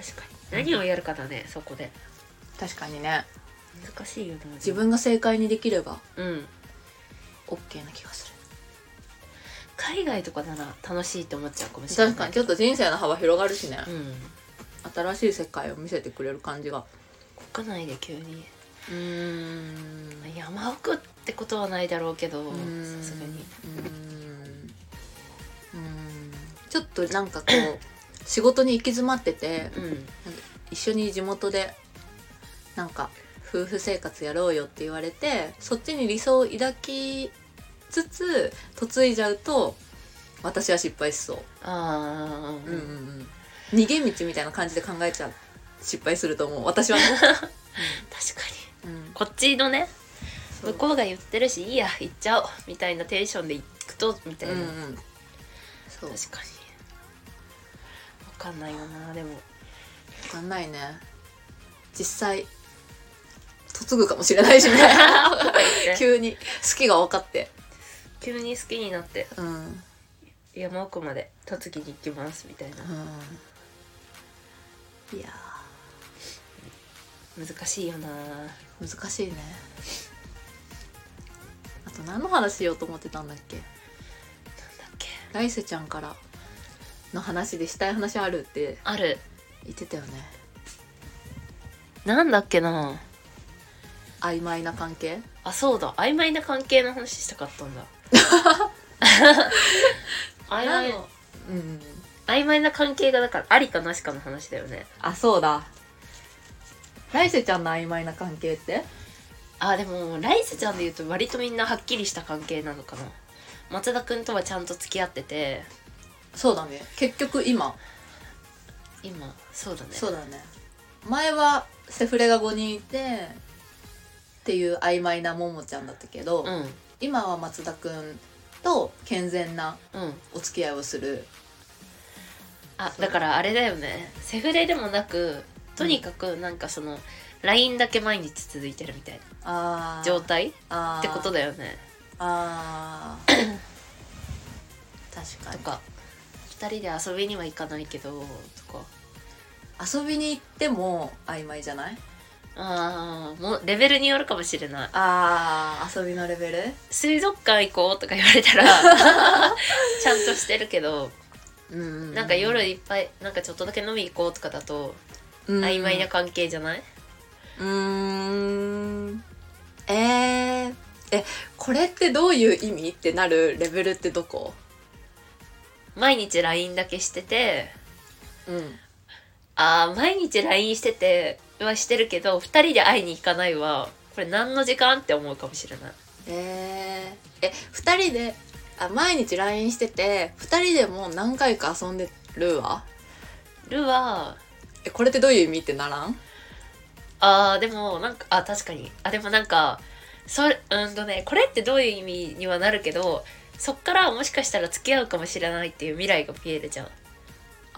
Speaker 2: に何をやるかだねそこで
Speaker 1: 確かにね
Speaker 2: 難しいよな
Speaker 1: 自分が正解にできれば
Speaker 2: うん
Speaker 1: OK な気がする
Speaker 2: 海外とかなら楽しいって思っちゃうかもしれない
Speaker 1: 確かにちょっと人生の幅広がるしね
Speaker 2: うん
Speaker 1: 新しい世界を見せてくれる感じが
Speaker 2: 国内で急に
Speaker 1: うーん
Speaker 2: 山奥ってことはないだろうけど
Speaker 1: うーん
Speaker 2: さすがに
Speaker 1: うーんうーんちょっとなんかこう仕事に行き詰まってて
Speaker 2: うん
Speaker 1: 一緒に地元でなんか夫婦生活やろうよって言われてそっちに理想を抱きつつ嫁いじゃうと私は失敗しそう
Speaker 2: あ
Speaker 1: う
Speaker 2: あ
Speaker 1: んうんうん逃げ道みたいな感じで考えちゃう失敗すると思う私 [laughs] はね、
Speaker 2: 確かに
Speaker 1: うん
Speaker 2: こっちのね
Speaker 1: そう
Speaker 2: 向こうが言ってるしいいや行っちゃおうみたいなテンションで行くとみたいな、
Speaker 1: うんうんそう
Speaker 2: 確かに分かんないよ
Speaker 1: [laughs]
Speaker 2: なでも
Speaker 1: わかんないね実際嫁ぐかもしれないし [laughs] ね急に好きが分かって
Speaker 2: 急に好きになって
Speaker 1: うん、うん、
Speaker 2: 山奥まで嫁ぎに行きますみたいない
Speaker 1: や
Speaker 2: 難しいよな
Speaker 1: ー難しいねあと何の話しようと思ってたんだっけ
Speaker 2: なんだっけ
Speaker 1: 来世ちゃんからの話でしたい話あるって
Speaker 2: ある
Speaker 1: 言ってたよね
Speaker 2: なんだっけな
Speaker 1: 曖昧な関係
Speaker 2: あそうだ曖昧な関係の話したかった [laughs] んだ曖昧
Speaker 1: 何のうん
Speaker 2: 曖昧な関係がだからありかなしかの話だよね
Speaker 1: あそうだ来世ちゃんの曖昧な関係って
Speaker 2: あでもライスちゃんで言うと割とみんなはっきりした関係なのかな松田君とはちゃんと付き合ってて
Speaker 1: そうだね結局今
Speaker 2: 今そうだね
Speaker 1: そうだね前はセフレが5人いてっていう曖昧なももちゃんだったけど、
Speaker 2: うん
Speaker 1: 今は松田くんと健全な
Speaker 2: うん
Speaker 1: お付き合いをする
Speaker 2: あ
Speaker 1: そう
Speaker 2: だからあれだよねセフレでもなくとにかくなんかその LINE だけ毎日続いてるみたい
Speaker 1: あ
Speaker 2: な
Speaker 1: ー
Speaker 2: 状態っ
Speaker 1: あー
Speaker 2: てことだよね
Speaker 1: あー確か
Speaker 2: と
Speaker 1: に
Speaker 2: か2人で遊びには行かないけどとか
Speaker 1: 遊びに行っても曖昧じゃない
Speaker 2: ああもうレベルによるかもしれない
Speaker 1: あー遊びのレベル
Speaker 2: 水族館行こうとか言わ
Speaker 1: [laughs]
Speaker 2: れたらちゃんとしてるけど
Speaker 1: うん
Speaker 2: なんか夜いっぱいなんかちょっとだけ飲み行こうとかだと曖昧な関係じゃない、
Speaker 1: うーんえー、えこれってどういう意味ってなるレベルってどこ
Speaker 2: 毎日 LINE だけしてて
Speaker 1: うん
Speaker 2: あー毎日 LINE しててはしてるけど2人で会いに行かないはこれ何の時間って思うかもしれない
Speaker 1: えー、え二人であ毎日 LINE してて二人でもう何回か遊んでるわ
Speaker 2: るは
Speaker 1: えこれってどういう意味ってならん
Speaker 2: あーでもなんかあ確かにあでもなんかそれうんとねこれってどういう意味にはなるけどそっからもしかしたら付き合うかもしれないっていう未来が見えるじゃん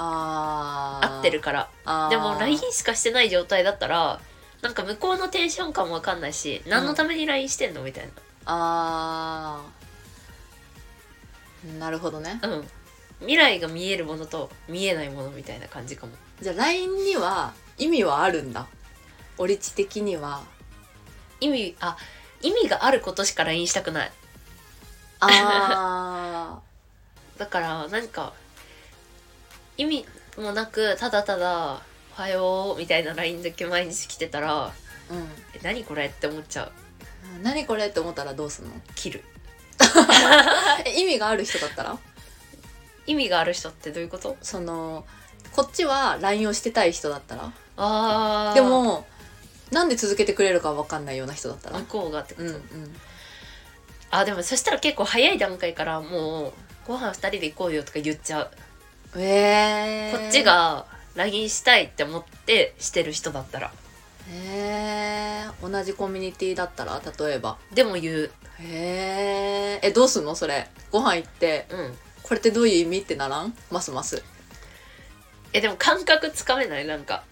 Speaker 1: あー
Speaker 2: 合ってるから
Speaker 1: あー
Speaker 2: でも LINE しかしてない状態だったらなんか向こうのテンション感もわかんないし何のために LINE してんのみたい
Speaker 1: あーなるほどね
Speaker 2: なうん未来が見えるものと見えないものみたいな感じかも
Speaker 1: じゃあ LINE には意味はあるんだオリチ的には
Speaker 2: 意味あ意味があることしか LINE したくない
Speaker 1: あ
Speaker 2: だからなんか意味もなくただただ「おはよう」みたいな LINE だけ毎日来てたら
Speaker 1: ー [laughs] うん
Speaker 2: 「え何これ?」って思っちゃう
Speaker 1: 何これって思ったらどうすんの
Speaker 2: 切る
Speaker 1: え意味がある人だったら
Speaker 2: 意味がある人ってどういうこと
Speaker 1: そのこっちは LINE をしてたい人だったら
Speaker 2: あー
Speaker 1: でもなんで続けてくれるかわかんないような人だったら
Speaker 2: 向こうがってこ
Speaker 1: う
Speaker 2: と、
Speaker 1: んうん
Speaker 2: あでもそしたら結構早い段階からもう「ご飯二人で行こうよ」とか言っちゃう、
Speaker 1: えー、
Speaker 2: こっちが LINE したいって思ってしてる人だったら
Speaker 1: えー、同じコミュニティだったら例えば
Speaker 2: でも言う
Speaker 1: へええどうすんのそれご飯行って
Speaker 2: うん
Speaker 1: これってどういう意味ってならんますます
Speaker 2: えでも感覚つかめないなんか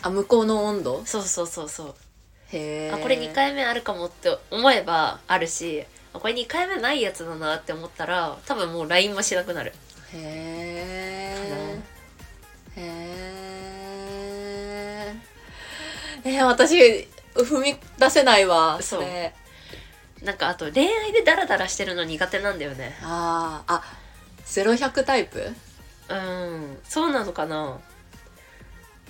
Speaker 1: あ向こうの温度
Speaker 2: そうそうそうそう
Speaker 1: へえ
Speaker 2: あこれ2回目あるかもって思えばあるしあこれ2回目ないやつだなって思ったら多分もう LINE もしなくなる
Speaker 1: へえへええー、私踏み出せないわ
Speaker 2: そう
Speaker 1: それ
Speaker 2: なんかあと恋愛でダラダラしてるの苦手なんだよね
Speaker 1: あーあ0100タイプ
Speaker 2: うんそうなのかな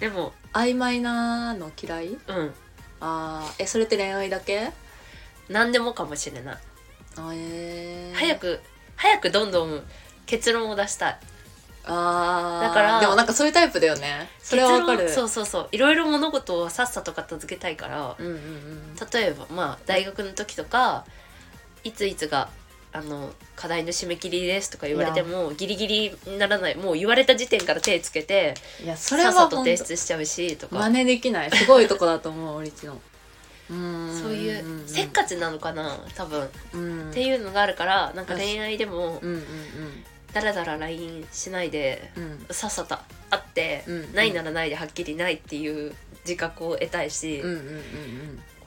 Speaker 2: でも
Speaker 1: 曖昧なの嫌い
Speaker 2: うん
Speaker 1: あーえそれって恋愛だけ
Speaker 2: 何でもかもしれない
Speaker 1: あえー、
Speaker 2: 早く早くどんどん結論を出したい
Speaker 1: あー
Speaker 2: だから
Speaker 1: でもなんかそういうタイプだよねそれはわかる
Speaker 2: 結論そうそうそういろいろ物事をさっさと片付けたいから
Speaker 1: うんうんうん
Speaker 2: 例えばまあ大学の時とかいついつがあの課題の締め切りですとか言われてもギリギリにならないもう言われた時点から手つけて
Speaker 1: いやそれ
Speaker 2: さ
Speaker 1: は
Speaker 2: っさ
Speaker 1: 本
Speaker 2: と
Speaker 1: 当
Speaker 2: 提出しちゃうしとか
Speaker 1: 真似できないすごいとこだと思う俺ちのうんうんんん
Speaker 2: そういうせっかちなのかな多分っ
Speaker 1: うん
Speaker 2: ていうのがあるからなんか恋愛でも
Speaker 1: うんうん
Speaker 2: ダラダラ LINE しないで
Speaker 1: うんうん
Speaker 2: さっさと会って
Speaker 1: うん
Speaker 2: ないならないではっきりないっていう自覚を得たいし
Speaker 1: うんうんうんうん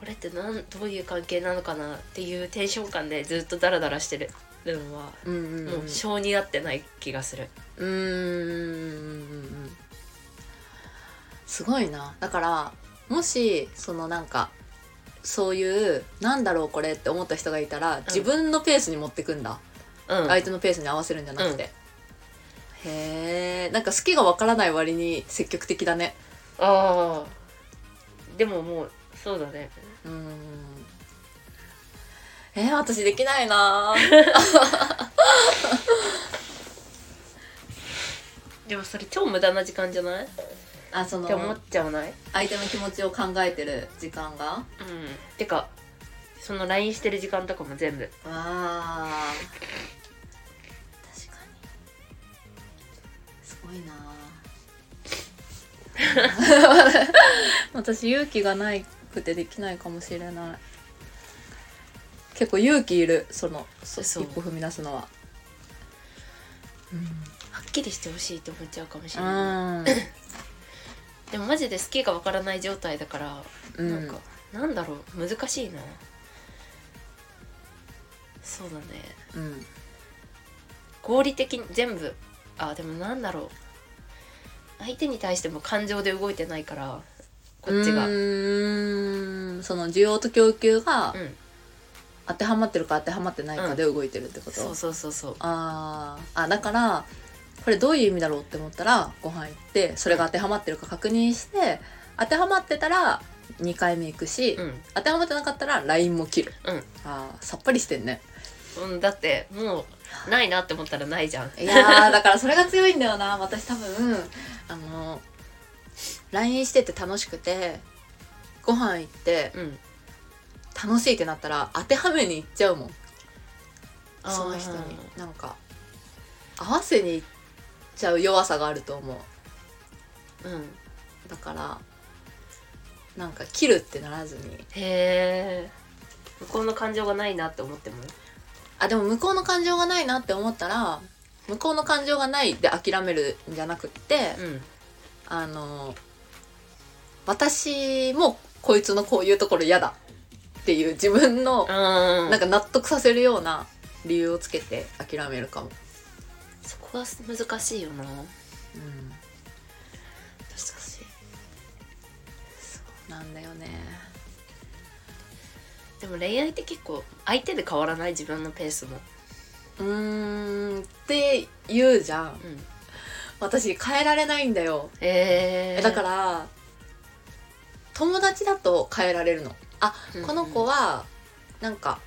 Speaker 2: これってなんどういう関係なのかなっていうテンション感でずっとダラダラしてるのは
Speaker 1: うんうんうん
Speaker 2: もう性に合ってない気がする。
Speaker 1: うーんすごいなだからもしそのなんかそういうなんだろうこれって思った人がいたら自分のペースに持ってくんだ、
Speaker 2: うん、
Speaker 1: 相手のペースに合わせるんじゃなくて、へえんか好きがわからない割に積極的だね
Speaker 2: あーでももうそうだね
Speaker 1: うーんえー、私できないな
Speaker 2: でもそれ超無駄な時間じゃないっ
Speaker 1: あ [laughs] その
Speaker 2: て思っちゃわない
Speaker 1: 相手の気持ちを考えてる時間が
Speaker 2: うんてかその LINE してる時間とかも全部
Speaker 1: あー確かにすごい [laughs] なあ私勇気がないくてできないかもしれない結構勇気いるそのそ
Speaker 2: そう
Speaker 1: 一歩踏み出すのは
Speaker 2: はっきりしてほしいって思っちゃうかもし
Speaker 1: う、
Speaker 2: れなんいでもマジで好きがわからない状態だから、
Speaker 1: うん、
Speaker 2: なんかなんだろう難しいなそうだね
Speaker 1: うん
Speaker 2: 合理的に全部あでもなんだろう相手に対しても感情で動いてないからこっちが
Speaker 1: う
Speaker 2: うん
Speaker 1: ーんその需要と供給が当てはまってるか当てはまってないかで動いてるってこと、
Speaker 2: そうそうそうそう
Speaker 1: あーあだからこれどういう意味だろうって思ったらご飯行ってそれが当てはまってるか確認して当てはまってたら2回目行くし、
Speaker 2: うん
Speaker 1: 当てはまってなかったら LINE も切る
Speaker 2: うん
Speaker 1: あーさっぱりしてん
Speaker 2: [laughs]
Speaker 1: ね
Speaker 2: うん、だってもうないなって思ったらないじゃん。
Speaker 1: いやーだからそれが強いんだよな私多分あの LINE してて楽しくてご飯行って
Speaker 2: うん、
Speaker 1: 楽しいってなったら当てはめに行っちゃうもん
Speaker 2: あー
Speaker 1: その人になんか合わせに行っちゃう弱さがあると思う
Speaker 2: うん、
Speaker 1: だからなんか切るってならずに
Speaker 2: へえ向こうの感情がないなって思っても
Speaker 1: あでも向こうの感情がないなって思ったら向こうの感情がないで諦めるんじゃなくって、
Speaker 2: うん
Speaker 1: あの私もこいつのこういうところ嫌だっていう自分のな
Speaker 2: あ
Speaker 1: ん
Speaker 2: か
Speaker 1: か納得させるような理由をつけて諦めるかも、
Speaker 2: そこが難しいよな難
Speaker 1: うん、
Speaker 2: しい
Speaker 1: なんだよね
Speaker 2: でも恋愛って結構相手で変わらない自分のペースも
Speaker 1: うーんって言うじゃん
Speaker 2: うん
Speaker 1: 私変えられないんだよ
Speaker 2: へえ
Speaker 1: だから友達だと変えられるのあ
Speaker 2: うん
Speaker 1: この子はなんか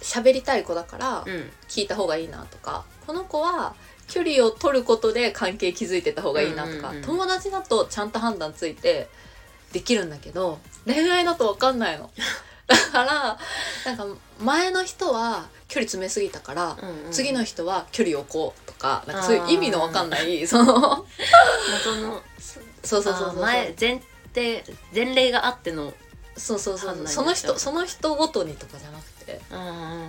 Speaker 1: 喋りたい子だから
Speaker 2: うん
Speaker 1: 聞いた方がいいなとかこの子は距離を取ることで関係築いてた方がいいなとか、
Speaker 2: うんうんうん
Speaker 1: 友達だとちゃんと判断ついてできるんだけど恋愛だと分かんないのだからなんか前の人は距離詰めすぎたから、
Speaker 2: うんうん
Speaker 1: 次の人は距離を置こうとかなんかそういう意味の分かんない [laughs] その
Speaker 2: 元のそう
Speaker 1: そうそ
Speaker 2: そうう
Speaker 1: そう
Speaker 2: そ
Speaker 1: そうう
Speaker 2: 前前提前例があっての
Speaker 1: そうそうそう
Speaker 2: 判断
Speaker 1: その
Speaker 2: で
Speaker 1: 人
Speaker 2: し
Speaker 1: その人ごとにとかじゃなくて
Speaker 2: うんうんうん
Speaker 1: うん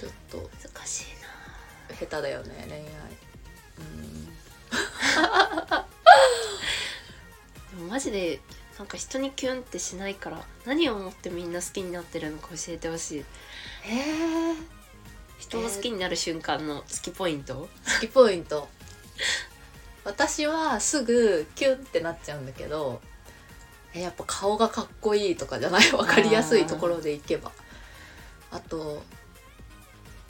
Speaker 1: ちょっと
Speaker 2: 難しいな
Speaker 1: 下手だよね恋愛うん
Speaker 2: でもマジでなんか人にキュンってしないから何を思ってみんな好きになってるのか教えてほしい
Speaker 1: え
Speaker 2: 人を好きになる瞬間の好きポイント、
Speaker 1: 好きポイント私はすぐキュンってなっちゃうんだけどえやっぱ顔がかっこいいとかじゃない分かりやすいところでいけばあと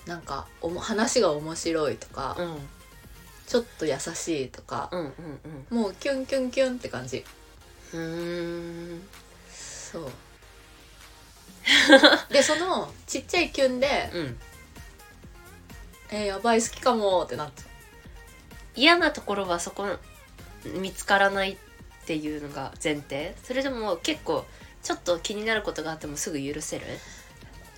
Speaker 1: なんかおも話が面白いとか、
Speaker 2: うん、うん
Speaker 1: ちょっと優しいとか、
Speaker 2: うんうん
Speaker 1: もうキュンキュンキュンって感じ
Speaker 2: うーん
Speaker 1: そう
Speaker 2: [laughs]
Speaker 1: でそのちっちゃいキュンで
Speaker 2: うん
Speaker 1: 「えーやばい好きかも」ってなっちゃう
Speaker 2: 嫌なところはそこ見つからないっていうのが前提それでも結構ちょっと気になることがあってもすぐ許せる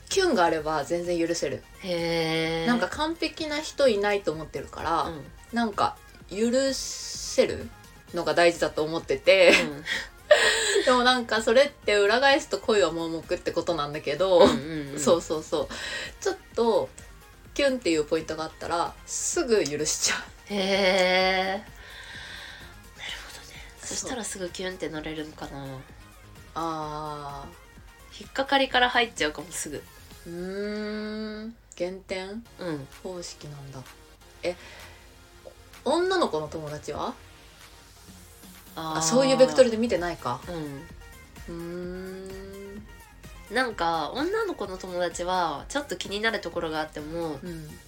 Speaker 1: キュンがあれば全然許せる、
Speaker 2: へえ
Speaker 1: なんか完璧な人いないと思ってるから、
Speaker 2: うん、うん、
Speaker 1: なんか許せるのが大事だと思ってて [laughs] でもなんかそれって裏返すと恋は盲目ってことなんだけど、
Speaker 2: うんうん
Speaker 1: そうそうそうちょっとキュンっていうポイントがあったらすぐ許しちゃう
Speaker 2: へえなるほどねそしたらすぐキュンって乗れるのかな
Speaker 1: あ
Speaker 2: 引っかかりから入っちゃうかもすぐ
Speaker 1: ーうーん減点
Speaker 2: うん
Speaker 1: 方式なんだえ女の子の友達は
Speaker 2: あ
Speaker 1: あそういうベクトル
Speaker 2: ル
Speaker 1: で見てないか
Speaker 2: うん
Speaker 1: うーん
Speaker 2: なんか女の子の友達はちょっと気になるところがあっても
Speaker 1: うん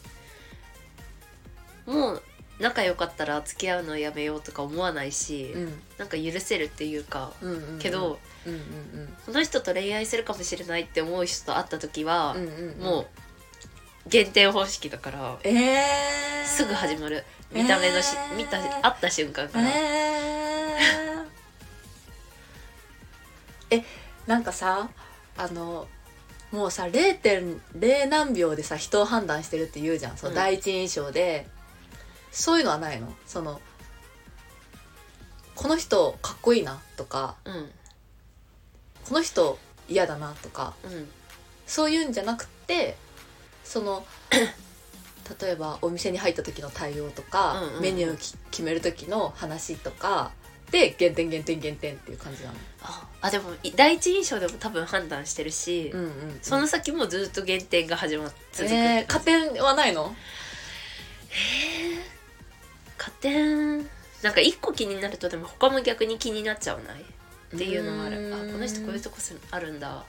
Speaker 2: もう仲良かったら付き合うのやめようとか思わないし、
Speaker 1: うん
Speaker 2: なんか許せるっていうか
Speaker 1: うんうんうん
Speaker 2: けど、
Speaker 1: うんうん
Speaker 2: この人と恋愛するかもしれないって思う人と会った時は
Speaker 1: うんう、んうん
Speaker 2: もう減点方式だから
Speaker 1: ええー、
Speaker 2: すぐ始
Speaker 1: る
Speaker 2: まる見た目のし、
Speaker 1: えー
Speaker 2: 見た会った瞬間から、
Speaker 1: え [laughs] ー、えなんかさあのもうさ0.0何秒でさ人を判断してるって言うじゃんその
Speaker 2: うん
Speaker 1: 第一印象で、そういうのはないのそのこの人かっこいいなとか
Speaker 2: うん
Speaker 1: この人嫌だなとか
Speaker 2: うん
Speaker 1: そういうんじゃなくてその [coughs] 例えばお店に入った時の対応とか、
Speaker 2: うんうんうん
Speaker 1: メニューをき決める時の話とかで減点減点減点っていう感じなの。
Speaker 2: ああでもい第一印象でも多分判断してるし、
Speaker 1: うんうん
Speaker 2: その先もずっと減点が始まっ続く、
Speaker 1: えー加点はないの
Speaker 2: 加点なんか一個気になるとでも他も逆に気になっちゃわないっていうのもあるあこの人こういうとこすあるんだっ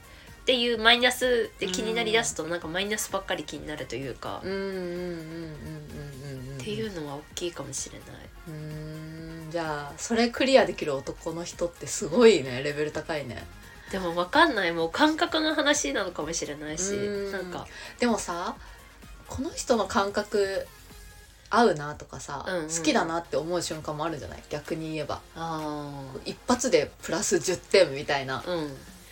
Speaker 2: ていうマイナスで気になりだすとなんかマイナスばっかり気になるというか、
Speaker 1: うんうんうんうんうんうんうん
Speaker 2: っていうのは大きいかもしれない、
Speaker 1: うーんじゃあそれクリアできる男の人ってすごいねレベル高いね
Speaker 2: でも分かんないもう感覚の話なのかもしれないし、
Speaker 1: うん
Speaker 2: なんか
Speaker 1: でもさこの人の感覚合うなとかさ、
Speaker 2: うんうん
Speaker 1: 好きだなって思う瞬間もあるんじゃない逆に言えば
Speaker 2: あ
Speaker 1: 一発でプラス10点みたいな
Speaker 2: あうん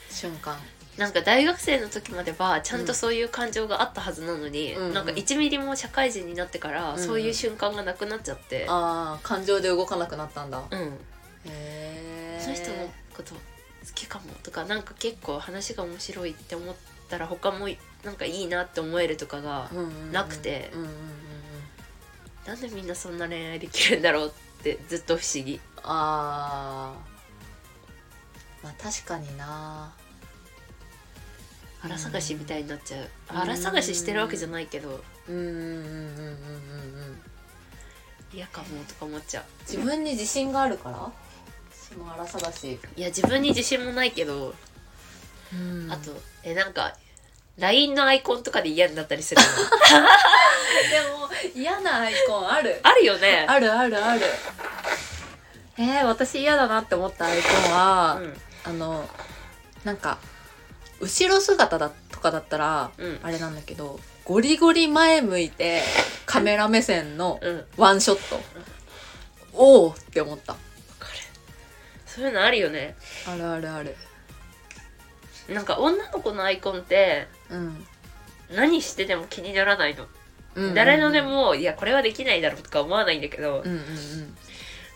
Speaker 1: 瞬間
Speaker 2: なんか大学生の時まではちゃんとそういう感情があったはずなのに、
Speaker 1: うん
Speaker 2: なんか1ミリも社会人になってから
Speaker 1: うん
Speaker 2: そういう瞬間がなくなっちゃって、
Speaker 1: あー感情で動かなくなったんだ
Speaker 2: うん、
Speaker 1: へえ
Speaker 2: その人のこと好きかもとかなんか結構話が面白いって思ったら他もなんかいいなって思えるとかが、なくて
Speaker 1: うんうんうんうん
Speaker 2: なんでみんなそんな恋愛できるんだろうってずっと不思議
Speaker 1: あーまあ確かにな
Speaker 2: 腹探しみたいになっちゃう
Speaker 1: うん
Speaker 2: 腹探ししてるわけじゃないけど
Speaker 1: うんうんうんうんうんうんうん
Speaker 2: 嫌かもとか思っちゃう
Speaker 1: 自分に自信があるからその荒さだし、
Speaker 2: いや自分に自信もないけど、あとえなんか LINE のアイコンとかで嫌になったりするの
Speaker 1: [laughs] でも嫌なアイコンある
Speaker 2: あるよね
Speaker 1: あるあるあるえー、私嫌だなって思ったアイコンは、
Speaker 2: う
Speaker 1: あのなんか後ろ姿だとかだったら、
Speaker 2: んうん
Speaker 1: あれなんだけどゴリゴリ前向いてカメラ目線の
Speaker 2: うんわ
Speaker 1: ワンショット、おおって思った
Speaker 2: かるそういうのあるよね
Speaker 1: あるあるある
Speaker 2: なんか女の子のアイコンって
Speaker 1: うん
Speaker 2: 何してでも気にならないの、
Speaker 1: うん
Speaker 2: 誰のでもいやこれはできないだろうとか思わないんだけど、
Speaker 1: うんうんうん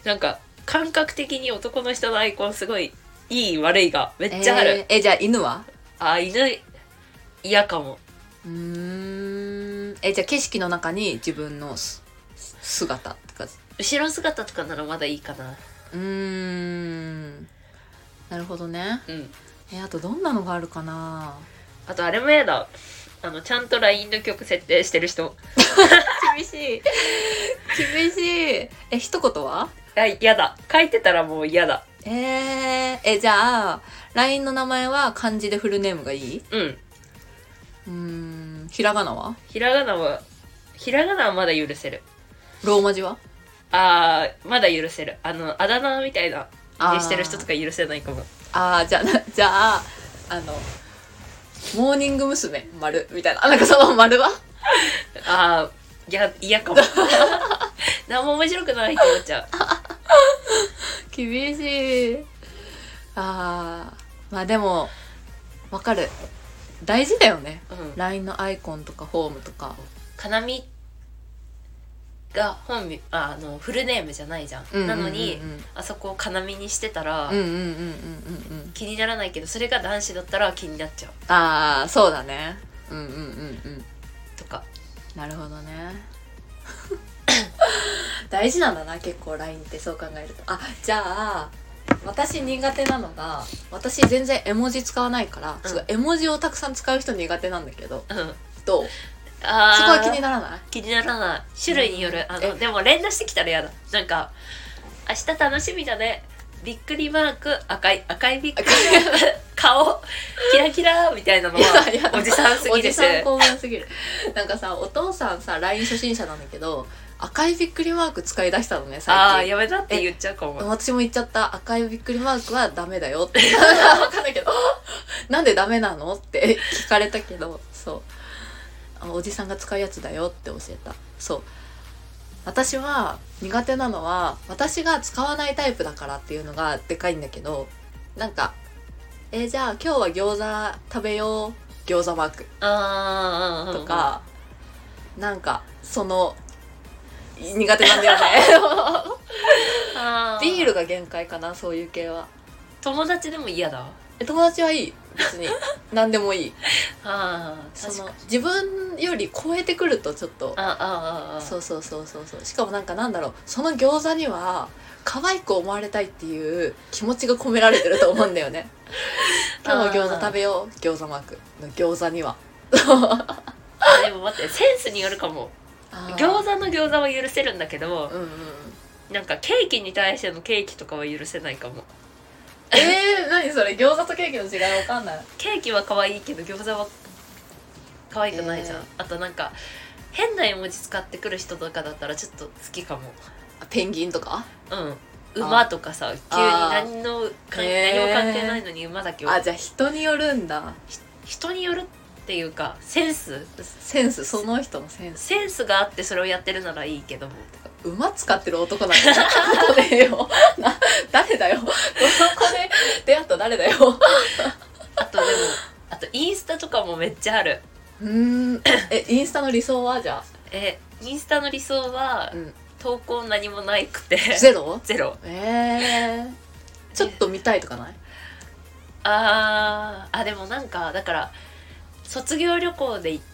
Speaker 2: なんか感覚的に男の人のアイコンすごいいい悪いがめっちゃある、
Speaker 1: えーえじゃあ犬は
Speaker 2: あ犬嫌かも
Speaker 1: うーんえじゃあ景色の中に自分のす姿って感じ
Speaker 2: 後ろ姿とかならまだいいかな
Speaker 1: うーんなるほどね
Speaker 2: うん
Speaker 1: えあとどんなのがあるかな
Speaker 2: あとあれも嫌だあのちゃんと LINE の曲設定してる人厳しい
Speaker 1: [laughs] 厳しいえ一言は
Speaker 2: あ嫌だ書いてたらもう嫌だ
Speaker 1: えー、えじゃあ LINE の名前は漢字でフルネームがいい
Speaker 2: うん
Speaker 1: うーんひらがなは
Speaker 2: ひらがなはひらがなはまだ許せる
Speaker 1: ローマ字は
Speaker 2: あーまだ許せるあのあだ名みたいな入れしてる人とか許せないかも
Speaker 1: あーじゃあ [laughs] なじゃああのモーニング娘。丸みたいなあなんかその丸は
Speaker 2: あーいや嫌
Speaker 1: [laughs]
Speaker 2: かも何も面白くないって思っちゃう
Speaker 1: 厳しいあーまあでもわかる大事だよね
Speaker 2: うん、
Speaker 1: LINE のアイコンとかフォームとか
Speaker 2: かなみが本名ああのフルネームじゃないじゃん,、
Speaker 1: うんうんうんう
Speaker 2: なんのにあそこをかなみにしてたら、
Speaker 1: うんうんうんうんうんうん
Speaker 2: 気にならないけどそれが男子だったら気になっちゃう
Speaker 1: ああそうだねうんうんうんうん
Speaker 2: とか
Speaker 1: なるほどね [laughs] 大事なんだな結構 LINE ってそう考えるとあじゃあ私苦手なのが私全然絵文字使わないから、
Speaker 2: うん
Speaker 1: すごい絵文字をたくさん使う人苦手なんだけど
Speaker 2: うんあ
Speaker 1: どう
Speaker 2: あ
Speaker 1: そこは気に
Speaker 2: な
Speaker 1: ならない
Speaker 2: 気にならない種類による、
Speaker 1: うん
Speaker 2: あ
Speaker 1: え
Speaker 2: のでも連打してきたら嫌だなんか「明日楽しみだね」びっくりマーク赤い赤いびっくりマーク [laughs] 顔キラキラみたいなの
Speaker 1: いやいや
Speaker 2: はおじさんすぎ
Speaker 1: お
Speaker 2: で
Speaker 1: じ
Speaker 2: す
Speaker 1: さん公文すぎるなんかさお父さんさ LINE 初心者なんだけど赤いびっくりマーク使い出したのね
Speaker 2: ああ
Speaker 1: 最近
Speaker 2: やめたって言っちゃうかも
Speaker 1: 私も言っちゃった赤いびっくりマークはダメだよって [laughs] わかんないけど [laughs] なんでダメなのって [laughs] 聞かれたけどそうあおじさんが使うやつだよって教えたそう私は苦手なのは私が使わないタイプだからっていうのがでかいんだけどなんか「えーじゃあ今日は餃子食べよう餃子マーク」
Speaker 2: ああ
Speaker 1: とか、なんかその苦手なんだよ [laughs] ねビー
Speaker 2: ル
Speaker 1: ルが限界かなそういう系は
Speaker 2: 友達でも嫌だ
Speaker 1: え友達はいい別 [laughs] に何でもいい
Speaker 2: ああ
Speaker 1: そ
Speaker 2: 確か
Speaker 1: の
Speaker 2: に
Speaker 1: 自分より超えてくるとちょっと
Speaker 2: ああああ
Speaker 1: そうそうそうそうそうしかもなんかなんだろうその餃子には可愛く思われたいっていう気持ちが込められてると思うんだ [laughs] よね今日も餃子食べよう餃子マークの餃子には
Speaker 2: あでも待ってセンスによるかも餃
Speaker 1: 子
Speaker 2: 子の餃子は許せるんだけど
Speaker 1: うんうんうん
Speaker 2: なんかケーキに対してのケーキとかは許せないかも
Speaker 1: [laughs] えー、何それ餃子とケーキの違いわかんない
Speaker 2: ケーキは可愛いけど餃子は可愛くないじゃん、
Speaker 1: えー
Speaker 2: あとなんか変な絵文字使ってくる人とかだったらちょっと好きかも
Speaker 1: あペンギンとか
Speaker 2: うん馬とかさ急に何のかん
Speaker 1: えー
Speaker 2: 何も関係ないのに馬だけを
Speaker 1: あじゃあ人によるんだ
Speaker 2: 人によるっていうかセンス
Speaker 1: センスその人のセンス
Speaker 2: センスがあってそれをやってるならいいけども
Speaker 1: 馬使ってる男なんだよここでよな誰だよここで出会った誰だよ
Speaker 2: あと
Speaker 1: [laughs]
Speaker 2: でもあとインスタとかもめっちゃある
Speaker 1: うーんえインスタの理想はじゃ
Speaker 2: えインスタの理想は
Speaker 1: あ、うん、
Speaker 2: 投稿何もないくて
Speaker 1: ゼロ
Speaker 2: [laughs] ゼロ
Speaker 1: えー、ちょっと見たいとかない
Speaker 2: あーあでもなんかだから卒業旅行で行っ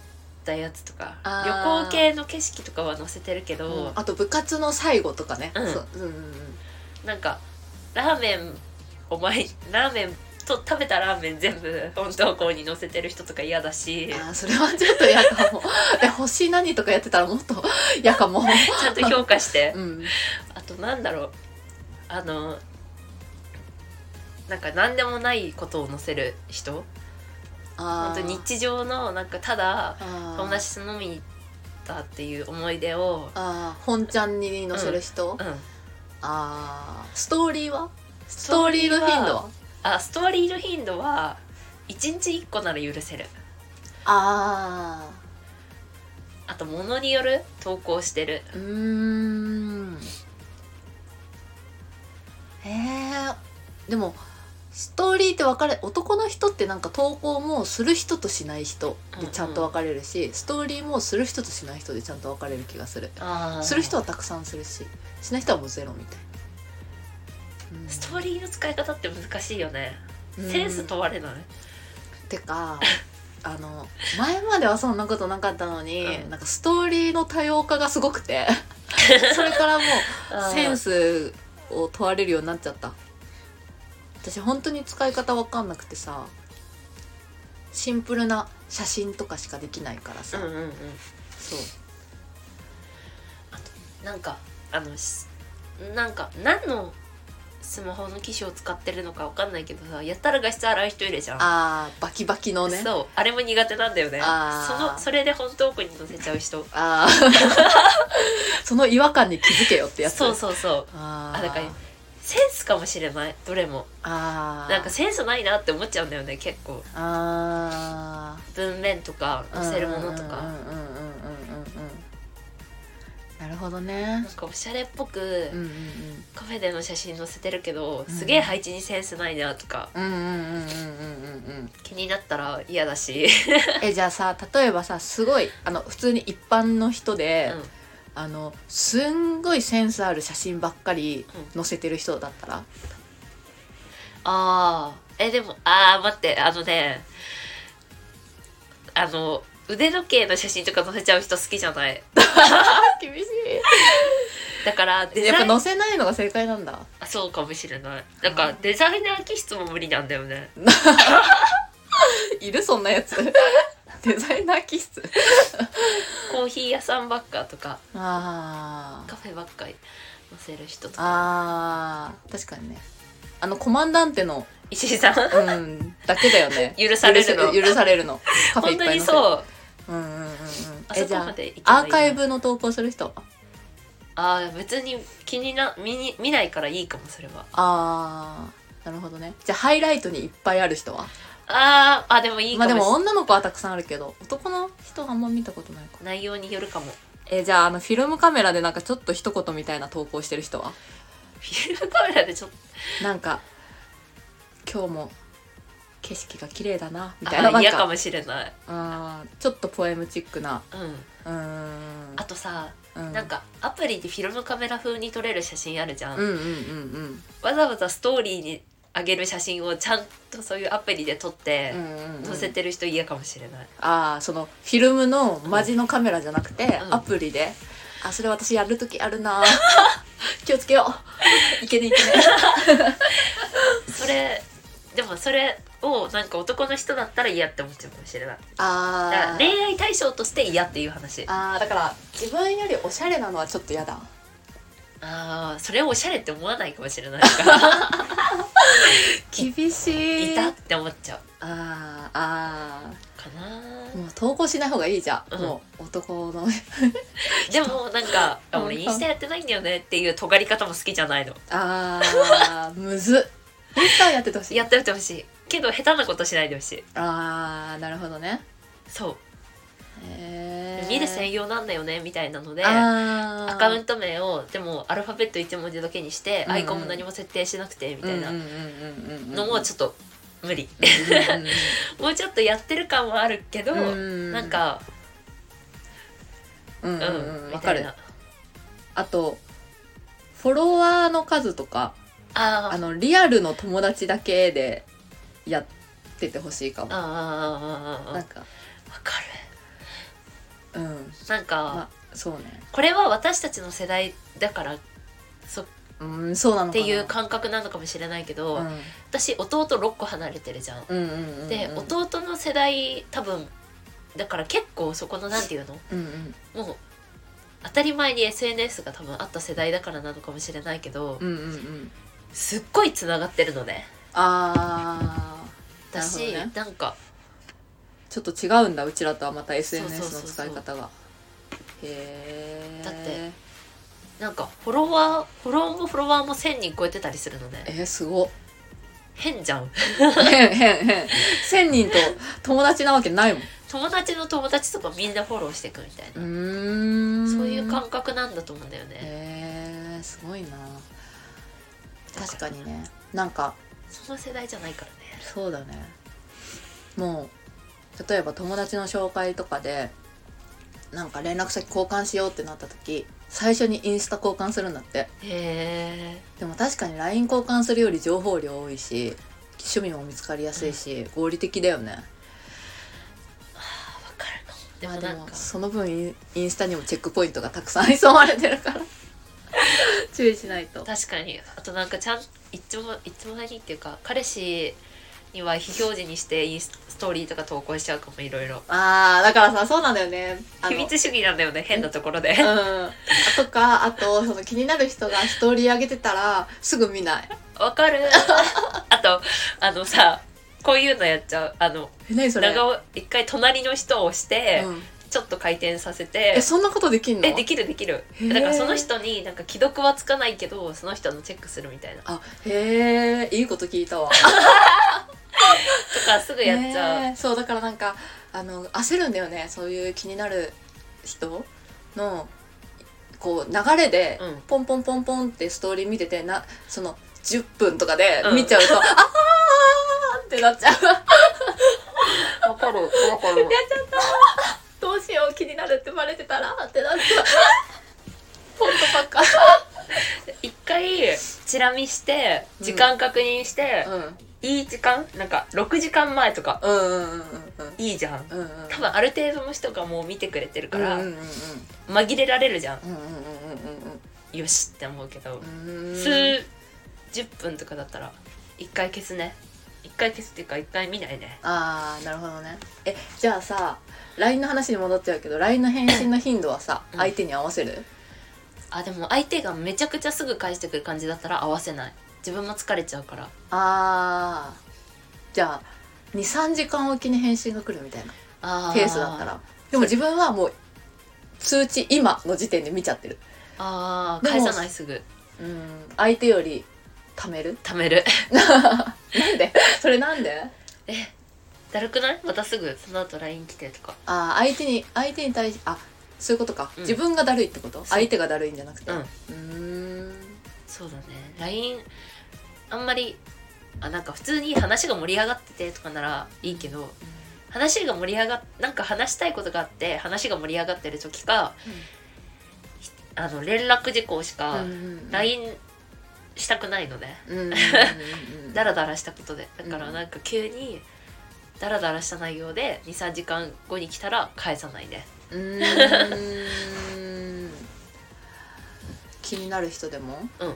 Speaker 2: たやつとか
Speaker 1: あ
Speaker 2: 旅
Speaker 1: ー
Speaker 2: 行系の景色とかは載せてるけど、
Speaker 1: あと部活の最後とかね、
Speaker 2: うん
Speaker 1: そううんうんうん
Speaker 2: なんかラーメンお前ラーメンと食べたラーメン全部本投稿に載せてる人とか嫌
Speaker 1: [laughs]
Speaker 2: だし
Speaker 1: あーそれはちょっと嫌かもえ星何とかやってたらもっと嫌かも、
Speaker 2: ちゃんと評価して
Speaker 1: うん、
Speaker 2: あとなんだろうあのなんか何でもないことを載せる人
Speaker 1: あ
Speaker 2: 本当日常のなんかただ友
Speaker 1: 友
Speaker 2: 達と飲みに行ったっていう思い出を
Speaker 1: あー本ちゃんに載せる人、
Speaker 2: うん
Speaker 1: あーストーリーはストーリーの頻度は
Speaker 2: あストーリーの頻度は1日1個なら許せる
Speaker 1: あ
Speaker 2: あと物による投稿してる
Speaker 1: ーうーんえー、でもストーリーって分かれ男の人ってなんか投稿もする人としない人でちゃんと分かれるし、ストーリーもする人としない人でちゃんと分かれる気がするする人はたくさんするししない人はもうゼロみたいな、うん
Speaker 2: ストーリーの使い方って難しいよね
Speaker 1: うん
Speaker 2: センス問われない
Speaker 1: て
Speaker 2: [laughs]
Speaker 1: かあの前まではそんなことなかったのに、
Speaker 2: うん
Speaker 1: なんかストーリーの多様化がすごく
Speaker 2: [laughs]
Speaker 1: てそれからもうセン
Speaker 2: ス
Speaker 1: スを問われるようになっちゃった私本当に使い方わかんなくてさシンプルな写真とかしかできないから
Speaker 2: う
Speaker 1: さ、
Speaker 2: んうんうん
Speaker 1: そう
Speaker 2: なんかあのしなんか何のスマホの機種を使ってるのかわかんないけどさやったら画質荒い人いるじゃん
Speaker 1: あーバキバキのね
Speaker 2: そうあれも苦手なんだよね
Speaker 1: あ
Speaker 2: そ
Speaker 1: ー
Speaker 2: のそれで本当奥に載せちゃう人
Speaker 1: あー [laughs] その違和感に気づけよってやつ
Speaker 2: そうそうそう
Speaker 1: あー
Speaker 2: あだからセンスかもしれないどれも
Speaker 1: あー
Speaker 2: なんかセンスないなって思っちゃうんだよね結構
Speaker 1: あー
Speaker 2: 文面とか載せるものと
Speaker 1: うん
Speaker 2: か
Speaker 1: うんうんうんうんうんうんなるほどね
Speaker 2: なんかおしゃれっぽく
Speaker 1: うんうん
Speaker 2: カフェでの写真載せてるけど
Speaker 1: うん
Speaker 2: すげえ配置にセンスないなとか
Speaker 1: うんうんうんうんうんうんうんうん
Speaker 2: 気になったら嫌
Speaker 1: [laughs]
Speaker 2: だし、
Speaker 1: えじゃあさ例えばさすごいあの普通に一般の人で、
Speaker 2: うん
Speaker 1: あのすんごいセンスある写真ばっかり載せてる人だったら、
Speaker 2: ああえでもああ待ってあのねあの腕時計の写真とか載せちゃう人好きじゃない
Speaker 1: 厳し
Speaker 2: だから
Speaker 1: [laughs]
Speaker 2: デ
Speaker 1: や
Speaker 2: ザ
Speaker 1: っ
Speaker 2: イ
Speaker 1: ぱ
Speaker 2: ン
Speaker 1: 載せないのが正解なんだ
Speaker 2: あそうかもしれないだからデザイナー気質も無理なんだよね
Speaker 1: いるそんなやつ [laughs] デザイナー気質
Speaker 2: コーヒー屋さんばっかとか
Speaker 1: あー
Speaker 2: カフェばっかり載せる人とか
Speaker 1: あー確かにねあのコマンダンテの
Speaker 2: 石井さん
Speaker 1: うんだけだよね
Speaker 2: [laughs] 許されるの
Speaker 1: 許せ許されるのカフェい
Speaker 2: 本
Speaker 1: っ
Speaker 2: 当
Speaker 1: ぱい
Speaker 2: に
Speaker 1: のう
Speaker 2: そう
Speaker 1: うんうんうんうん
Speaker 2: あ
Speaker 1: え
Speaker 2: そ
Speaker 1: じ
Speaker 2: こ
Speaker 1: ゃ
Speaker 2: ま
Speaker 1: あ
Speaker 2: で行けばいいな
Speaker 1: アーカイブの投稿する人は
Speaker 2: ああ別に気にな見に見ないからいいかもそれは
Speaker 1: あーなるほどねじゃあハイライトにいっぱいある人は
Speaker 2: あーあでもいい
Speaker 1: ま
Speaker 2: か
Speaker 1: あ
Speaker 2: も
Speaker 1: で
Speaker 2: しれない、
Speaker 1: も女の子はたくさんあるけど男の人はあんま見たことないか
Speaker 2: 内容によるかも [laughs]
Speaker 1: えじゃああのフィルムカメラでなんかちょっと一言みたいな投稿してる人は
Speaker 2: フィルムカメラでちょっと
Speaker 1: なんか今日も景色が綺麗だなみたいな
Speaker 2: あ
Speaker 1: なん
Speaker 2: ー嫌か
Speaker 1: か
Speaker 2: もしれない
Speaker 1: あーちょっとポエムチックな
Speaker 2: うん
Speaker 1: うーん
Speaker 2: あとさ、
Speaker 1: うん
Speaker 2: なんかアプリでフィルムカメラ風に撮れる写真あるじゃん、
Speaker 1: うんうんうんうん
Speaker 2: わざわざストーリーにあげる写真をちゃんとそういうアプリで撮って
Speaker 1: うんうんうん
Speaker 2: 載せてる人嫌かもしれない、
Speaker 1: ああそのフィルムのマジのカメラじゃなくて、
Speaker 2: うん
Speaker 1: アプリであそれ私やる時あるな [laughs] 気をつけよういけねいけね
Speaker 2: それでもそれをなんか男の人だったら嫌って思っちゃうかもしれないだから
Speaker 1: [laughs] あー
Speaker 2: 恋愛対象として嫌っていう話あ
Speaker 1: あーだから自分よりおしゃれなのはちょっと嫌だ
Speaker 2: あーそれをおしゃれって思わないかもしれないから
Speaker 1: 厳しい
Speaker 2: いたって思っちゃう
Speaker 1: あーあ
Speaker 2: かな
Speaker 1: ーもう投稿しない方がいいじゃん、
Speaker 2: うん
Speaker 1: もう男の [laughs]
Speaker 2: でもなんか「あ俺
Speaker 1: うん
Speaker 2: インスタやってないんだよね」っていう尖り方も好きじゃないの
Speaker 1: ああむずっインスタはやっててほしい
Speaker 2: やってってほしいけど下手なことしないでほしい
Speaker 1: ああなるほどね
Speaker 2: そう
Speaker 1: えー、
Speaker 2: 見る専用なんだよねみたいなのでア
Speaker 1: あー
Speaker 2: カウント名をでもアルファベット1文字だけにして
Speaker 1: うんうん
Speaker 2: アイコンも何も設定しなくてみたいな
Speaker 1: うんうんうんうんうんうん
Speaker 2: のもちょっと無理
Speaker 1: うんうんうん
Speaker 2: もうちょっとやってる感はあるけど
Speaker 1: うん
Speaker 2: なんか
Speaker 1: うん
Speaker 2: う
Speaker 1: うんん、
Speaker 2: み
Speaker 1: わ
Speaker 2: た
Speaker 1: か
Speaker 2: い
Speaker 1: る
Speaker 2: な
Speaker 1: あとフォロワーの数とか
Speaker 2: あ
Speaker 1: あ
Speaker 2: ー
Speaker 1: のリアルの友達だけでやっててほしいか
Speaker 2: あー
Speaker 1: も
Speaker 2: あーあーあーあー
Speaker 1: なんか
Speaker 2: わか
Speaker 1: うん
Speaker 2: るなんか
Speaker 1: まあそうね
Speaker 2: これは私たちの世代だから
Speaker 1: うんそうなの
Speaker 2: っ
Speaker 1: か
Speaker 2: て
Speaker 1: な
Speaker 2: いう感覚なのかもしれないけど、
Speaker 1: うん
Speaker 2: 私弟6個離れてるじゃん。
Speaker 1: うんうんうん
Speaker 2: で弟の世代多分だから結構そこのなんていうの
Speaker 1: うんうん
Speaker 2: もう当たり前に SNS が多分あった世代だからなのかもしれないけど、
Speaker 1: うんうんうん
Speaker 2: すっごいつながってるのね。
Speaker 1: あー
Speaker 2: だ
Speaker 1: なるほど
Speaker 2: し、
Speaker 1: ね
Speaker 2: なんか
Speaker 1: ちょっと違うんだうちらとはまた SNS の使い方がへえ
Speaker 2: だってなんかフォロワーフォローもフォロワーも1,000人超えてたりするのね。
Speaker 1: えー、すごっ
Speaker 2: 変じゃん。
Speaker 1: 変変変千人と友達なわけないもん
Speaker 2: 友達の友達とかみんなフォローしていくみたいな、
Speaker 1: うん
Speaker 2: そういう感覚なんだと思うんだよね。
Speaker 1: へえー、すごいな
Speaker 2: だら
Speaker 1: 確かにねなんか
Speaker 2: その世代じゃないからね。
Speaker 1: そうだねもう例えば友達の紹介とかでなんか連絡先交換しようってなった時最初にインスタ交換するんだって
Speaker 2: へえ。
Speaker 1: でも確かに LINE 交換するより情報量多いし趣味も見つかりやすいし合理的だよね
Speaker 2: あわかるの。でも
Speaker 1: まあ
Speaker 2: なんか、
Speaker 1: その分インインスタにもチェックポイントがたくさん潜まれてる
Speaker 2: [laughs]
Speaker 1: から注意しないと
Speaker 2: 確かにあとなんかちゃんいつもいつも何っていうか彼氏には非表示にしてインスストーリーとか投稿しちゃうかもいろいろ
Speaker 1: ああだからさそうなんだよねあ
Speaker 2: 秘
Speaker 1: の
Speaker 2: 密主義なんだよね変なところで
Speaker 1: うん、とかあとその気になる人がストーリー上げてたらすぐ見ない
Speaker 2: わか
Speaker 1: [laughs]
Speaker 2: るあとあのさこういうのやっちゃうあの
Speaker 1: え何それ、
Speaker 2: 長尾一回隣の人を押して、
Speaker 1: うん
Speaker 2: ちょっと回転させ
Speaker 1: え
Speaker 2: て
Speaker 1: そんなことできんの
Speaker 2: えできるできる
Speaker 1: へー
Speaker 2: だからその人になんか既読はつかないけどその人のチェックするみたいなと
Speaker 1: あへえいいこと聞いたわ
Speaker 2: かすぐ [laughs] やっちゃう、
Speaker 1: ねえそうだからなんかあの焦るんだよねそういう気になる人のこう流れで、
Speaker 2: うん
Speaker 1: ポンポンポンポンってストーリー見ててなその10分とかで
Speaker 2: うん
Speaker 1: 見ちゃう
Speaker 2: [laughs]
Speaker 1: と、ああーってなっちゃう
Speaker 2: わかるわかる
Speaker 1: どうしよう気になるってバレてたらってなっちゃうポンとばっか
Speaker 2: 一回チラ見して時間確認して、
Speaker 1: うん
Speaker 2: いい時間なんか6時間前とか
Speaker 1: うんうんうん
Speaker 2: いいじゃん
Speaker 1: うんうんうん
Speaker 2: 多分ある程度の人がもう見てくれてる
Speaker 1: う
Speaker 2: か
Speaker 1: んうん
Speaker 2: ら、
Speaker 1: うんうんうん
Speaker 2: 紛れられるじゃ
Speaker 1: うんうんうん
Speaker 2: んよしって思うけ
Speaker 1: う
Speaker 2: ど、
Speaker 1: んうんうん
Speaker 2: 数十分とかだったら一回消すね一回消すっていうか一回見ないね
Speaker 1: あーなるほどねえじゃあさ LINE の話に戻っちゃうけど LINE の返信の頻度はさ、
Speaker 2: うん
Speaker 1: 相手に合わせる
Speaker 2: あでも相手がめちゃくちゃすぐ返してくる感じだったら合わせない自分も疲れちゃうから
Speaker 1: あーじゃあ23時間おきに返信が来るみたいな
Speaker 2: あ
Speaker 1: ペースだったらでも自分はもう通知今の時点で見ちゃってる
Speaker 2: あー
Speaker 1: で
Speaker 2: 返
Speaker 1: も
Speaker 2: さないすぐ
Speaker 1: うん相手より貯める
Speaker 2: 貯める [laughs]
Speaker 1: なんでそれなんで
Speaker 2: えだるくないまたすぐその後 LINE 来てとか
Speaker 1: あー相手に相手に対しあそういうことか、
Speaker 2: うん
Speaker 1: 自分がだるいってこと相手がだるいんじゃなくて
Speaker 2: うん
Speaker 1: うーん
Speaker 2: そうだね LINE あんまりあなんか普通に話が盛り上がっててとかならいいけど話が盛り上がっなんか話したいことがあって話が盛り上がってる時か、あの連絡事項しか、
Speaker 1: うん
Speaker 2: LINE したくないのね
Speaker 1: うんうんうんうん
Speaker 2: ダラダラしたことでだから
Speaker 1: うん
Speaker 2: なんか急にダラダラした内容で23時間後に来たら返さないね
Speaker 1: うーん [laughs] 気になる人でも
Speaker 2: うん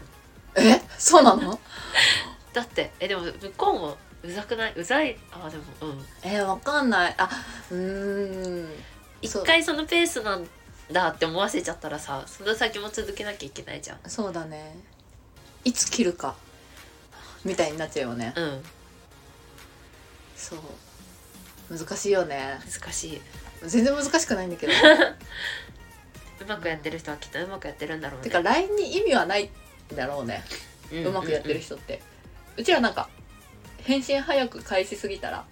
Speaker 1: えそうなの
Speaker 2: だってえでも向こうもうざくないうざいあでもうん
Speaker 1: [laughs] えわかんないあうーんそう
Speaker 2: 一回そのペースなんだって思わせちゃったらさその先も続けなきゃいけないじゃん
Speaker 1: そうだねいつ切るかみたいになっちゃうよね
Speaker 2: うん
Speaker 1: そう難しいよね
Speaker 2: 難しいう
Speaker 1: 全然難しくないんだけど
Speaker 2: まくやってる人はきっとうまくやってるんだろうね
Speaker 1: てか LINE に意味はないんだろうね
Speaker 2: うん
Speaker 1: うまくやってる人ってうちらなんか返信早く返しすぎたら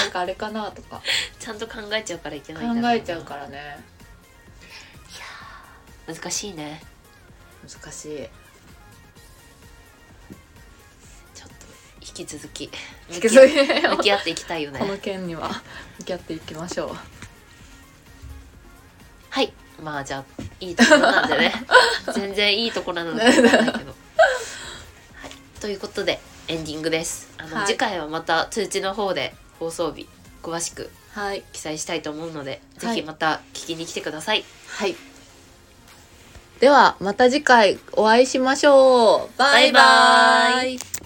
Speaker 1: なんかあれかなとか
Speaker 2: うんちゃんと考えちゃうからいけ
Speaker 1: 考
Speaker 2: ないんだろうな
Speaker 1: えちゃうからね
Speaker 2: 難しいね
Speaker 1: 難しい
Speaker 2: ちょっと引き続き
Speaker 1: 引き続き
Speaker 2: 向き合っていきたいよね
Speaker 1: [laughs] この件には向き合っていきましょう
Speaker 2: はいまあじゃあいいところなん
Speaker 1: [laughs]
Speaker 2: でね全然いいところなのかわからないけど、はい、ということでエンディングですあの、
Speaker 1: はい
Speaker 2: 次回はまた通知の方で放送日詳しく
Speaker 1: はい
Speaker 2: 記載したいと思うので、
Speaker 1: はい
Speaker 2: ぜひまた聞きに来てください
Speaker 1: はいではまた次回お会いしましょうバイバ
Speaker 2: バイバ
Speaker 1: イ
Speaker 2: ーイ